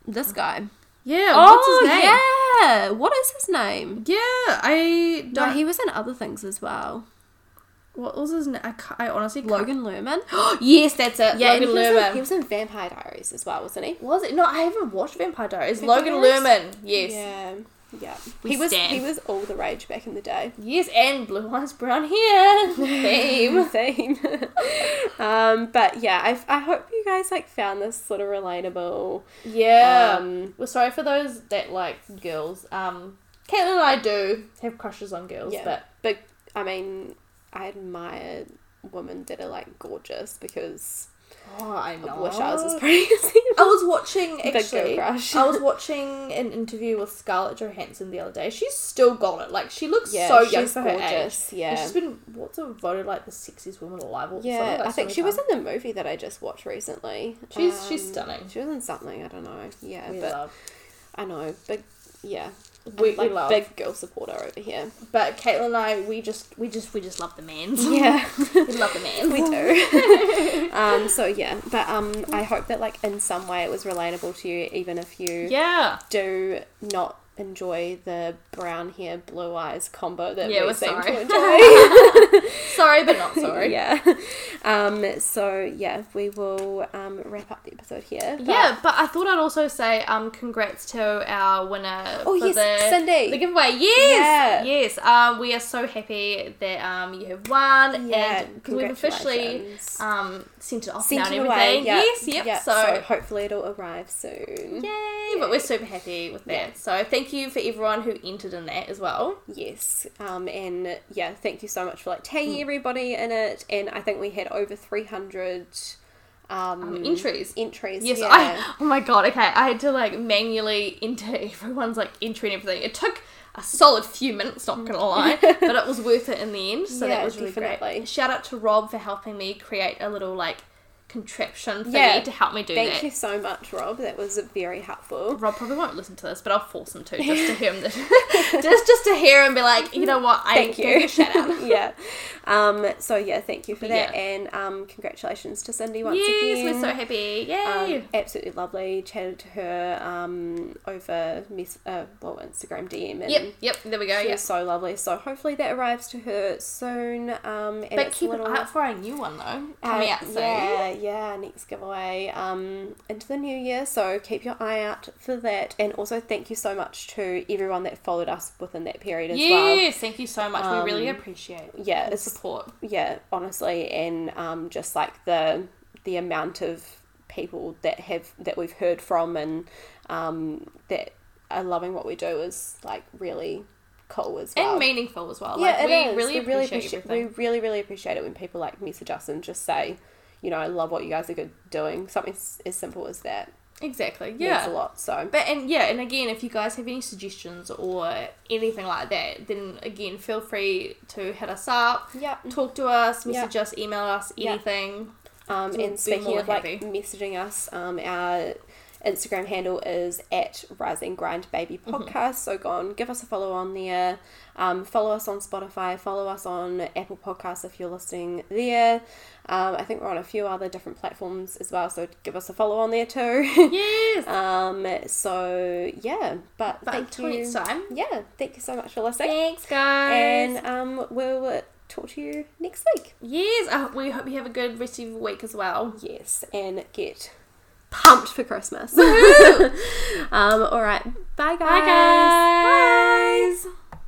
[SPEAKER 1] This guy.
[SPEAKER 2] Yeah.
[SPEAKER 1] oh, yeah. What is his name?
[SPEAKER 2] Yeah, I
[SPEAKER 1] No, he was in other things as well.
[SPEAKER 2] What was his name? I, ca- I honestly can't-
[SPEAKER 1] Logan Lerman.
[SPEAKER 2] yes, that's it.
[SPEAKER 1] yeah, and
[SPEAKER 2] Logan
[SPEAKER 1] he was, in,
[SPEAKER 2] Lerman.
[SPEAKER 1] he
[SPEAKER 2] Was,
[SPEAKER 1] was in Vampire Diaries as well, wasn't he?
[SPEAKER 2] it? No, I haven't watched Vampire Diaries.
[SPEAKER 1] Vampire
[SPEAKER 2] Logan
[SPEAKER 1] Diaries?
[SPEAKER 2] Lerman. Yes.
[SPEAKER 1] Yeah. Yeah.
[SPEAKER 2] We
[SPEAKER 1] he was
[SPEAKER 2] stan.
[SPEAKER 1] he was all the rage back in the day.
[SPEAKER 2] Yes, and blue eyes, brown hair. Fame.
[SPEAKER 1] Same. um, but yeah, I, I hope you guys like found this sort of relatable.
[SPEAKER 2] yeah.
[SPEAKER 1] Um,
[SPEAKER 2] We're sorry for those that like girls. Um, Caitlin and I do have crushes on girls,
[SPEAKER 1] Yeah.
[SPEAKER 2] but
[SPEAKER 1] But I mean, I admire women that are like gorgeous because
[SPEAKER 2] oh, I know.
[SPEAKER 1] I wish I was as pretty as you.
[SPEAKER 2] I was watching
[SPEAKER 1] Big girl
[SPEAKER 2] Oh, actually.
[SPEAKER 1] crush.
[SPEAKER 2] I was watching an interview with Scarlett Johansson the other day. She's still got it. Like she looks
[SPEAKER 1] Yeah,
[SPEAKER 2] so
[SPEAKER 1] she's
[SPEAKER 2] young for her age.
[SPEAKER 1] gorgeous.
[SPEAKER 2] And
[SPEAKER 1] Yeah.
[SPEAKER 2] she's been what's it, voted like the sexiest woman alive. Or something,
[SPEAKER 1] Yeah,
[SPEAKER 2] like,
[SPEAKER 1] I
[SPEAKER 2] so
[SPEAKER 1] think
[SPEAKER 2] many
[SPEAKER 1] she was
[SPEAKER 2] times.
[SPEAKER 1] in the movie that I just watched recently.
[SPEAKER 2] She's she's
[SPEAKER 1] Um,
[SPEAKER 2] stunning.
[SPEAKER 1] She was in something I don't know. Yeah,
[SPEAKER 2] We
[SPEAKER 1] but
[SPEAKER 2] love,
[SPEAKER 1] I know, but yeah, I'm,
[SPEAKER 2] we,
[SPEAKER 1] like
[SPEAKER 2] we love.
[SPEAKER 1] big girl supporter over here.
[SPEAKER 2] But Caitlin and I, we just we just we just love the mans.
[SPEAKER 1] Yeah,
[SPEAKER 2] we love the mans.
[SPEAKER 1] we do. um, so yeah, but um, I hope that like in some way it was relatable to you, even if you
[SPEAKER 2] Yeah.
[SPEAKER 1] do not enjoy the brown hair, blue eyes combo that
[SPEAKER 2] Yeah,
[SPEAKER 1] we
[SPEAKER 2] we're
[SPEAKER 1] seem
[SPEAKER 2] sorry.
[SPEAKER 1] to enjoy.
[SPEAKER 2] Sorry, but not sorry.
[SPEAKER 1] yeah. Um, so yeah, we will um, wrap up the episode here. but-
[SPEAKER 2] Yeah, but I thought I'd also say um congrats to our winner
[SPEAKER 1] Oh
[SPEAKER 2] for
[SPEAKER 1] yes,
[SPEAKER 2] the
[SPEAKER 1] Cindy.
[SPEAKER 2] the giveaway. Yes,
[SPEAKER 1] Yeah.
[SPEAKER 2] yes. Um, we are so happy that um you have won
[SPEAKER 1] Yeah,
[SPEAKER 2] and because we've officially
[SPEAKER 1] congratulations.
[SPEAKER 2] um sent it off
[SPEAKER 1] Sent
[SPEAKER 2] now and
[SPEAKER 1] it
[SPEAKER 2] everything.
[SPEAKER 1] away, yeah,
[SPEAKER 2] Yes, yep.
[SPEAKER 1] yeah,
[SPEAKER 2] so
[SPEAKER 1] hopefully it'll arrive soon.
[SPEAKER 2] Yay! But we're super happy with that.
[SPEAKER 1] Yeah.
[SPEAKER 2] So thank you for everyone who entered in that as well.
[SPEAKER 1] Yes. Um, and yeah, thank you so much for like tagging
[SPEAKER 2] Hmm.
[SPEAKER 1] everybody in it. And I think we had over 300 um,
[SPEAKER 2] Um, entries.
[SPEAKER 1] entries.
[SPEAKER 2] Yes,
[SPEAKER 1] yeah.
[SPEAKER 2] I. Oh my god. Okay, I had to like manually enter everyone's like entry and everything. It took. a solid few minutes, not gonna lie, but it was worth it in the end. So
[SPEAKER 1] Mm. Yeah,
[SPEAKER 2] that was really
[SPEAKER 1] definitely.
[SPEAKER 2] great. Shout out to Rob for helping me create a little like contraption thingy
[SPEAKER 1] Yeah.
[SPEAKER 2] to help me do
[SPEAKER 1] Thank
[SPEAKER 2] that. Oh,
[SPEAKER 1] you so much, Rob. That was very helpful.
[SPEAKER 2] Rob probably won't listen to this, but I'll force him to just to hear him, just just to hear him be like, you know what, I
[SPEAKER 1] Thank
[SPEAKER 2] give
[SPEAKER 1] you.
[SPEAKER 2] a shout out.
[SPEAKER 1] yeah. Um, so yeah, thank you for that,
[SPEAKER 2] Yeah.
[SPEAKER 1] and um, congratulations to Cindy once
[SPEAKER 2] yes,
[SPEAKER 1] again.
[SPEAKER 2] we're so happy! Yay!
[SPEAKER 1] Um, absolutely lovely. Chatted to her um, over mess- uh, well, Instagram DM. And
[SPEAKER 2] yep, yep. There we go.
[SPEAKER 1] She
[SPEAKER 2] Yes.
[SPEAKER 1] was so lovely. So hopefully that arrives to her soon. Um, and
[SPEAKER 2] But
[SPEAKER 1] it's a
[SPEAKER 2] keep
[SPEAKER 1] little,
[SPEAKER 2] an eye out for our new one though.
[SPEAKER 1] uh,
[SPEAKER 2] Coming out soon.
[SPEAKER 1] Yeah, yeah. Next giveaway um, into the new year. So keep your eye out for that. And also thank you so much to everyone that followed us within that period as well.
[SPEAKER 2] Yes, thank you so much. we really
[SPEAKER 1] Um,
[SPEAKER 2] appreciate
[SPEAKER 1] Yeah,
[SPEAKER 2] the
[SPEAKER 1] it's
[SPEAKER 2] support.
[SPEAKER 1] yeah, honestly, and um, just like the the amount of people that have that we've heard from and um, that are loving what we do is like really cool as well.
[SPEAKER 2] And meaningful as well.
[SPEAKER 1] yeah,
[SPEAKER 2] like,
[SPEAKER 1] it
[SPEAKER 2] we
[SPEAKER 1] is.
[SPEAKER 2] really
[SPEAKER 1] we
[SPEAKER 2] appreciate
[SPEAKER 1] appreci-
[SPEAKER 2] everything.
[SPEAKER 1] We really, really appreciate it when people like message us and just say, you know, I love what you guys are good doing. Something s- as simple as that
[SPEAKER 2] Exactly.
[SPEAKER 1] means a
[SPEAKER 2] Yeah.
[SPEAKER 1] lot. So
[SPEAKER 2] But and yeah, and again, if you guys have any suggestions or anything like that, then again, feel free to hit us up,
[SPEAKER 1] yeah.
[SPEAKER 2] talk to us,
[SPEAKER 1] Mm-hmm. Yeah.
[SPEAKER 2] message us, email us,
[SPEAKER 1] Yeah.
[SPEAKER 2] anything.
[SPEAKER 1] Um,
[SPEAKER 2] So we'll be
[SPEAKER 1] and speaking
[SPEAKER 2] more
[SPEAKER 1] of like
[SPEAKER 2] happy.
[SPEAKER 1] messaging us, um, our Instagram handle is at Rising Grind Baby
[SPEAKER 2] Mm-hmm.
[SPEAKER 1] Podcast. So go on, give us a follow on there. Um, follow us on Spotify. Follow us on Apple Podcasts if you're listening there. Um, I think we're on a few other different platforms as well. So give us a follow on there too.
[SPEAKER 2] Yes.
[SPEAKER 1] um, so yeah, but,
[SPEAKER 2] but
[SPEAKER 1] thank
[SPEAKER 2] until
[SPEAKER 1] you.
[SPEAKER 2] next time.
[SPEAKER 1] Yeah, thank you so much for listening,
[SPEAKER 2] Thanks, guys.
[SPEAKER 1] and um, we'll talk to you next week.
[SPEAKER 2] yes, I, hope- we hope you have a good rest of your week as well.
[SPEAKER 1] Yes, and get pumped for Christmas. um, all right. Bye, guys.
[SPEAKER 2] Bye, guys. Bye.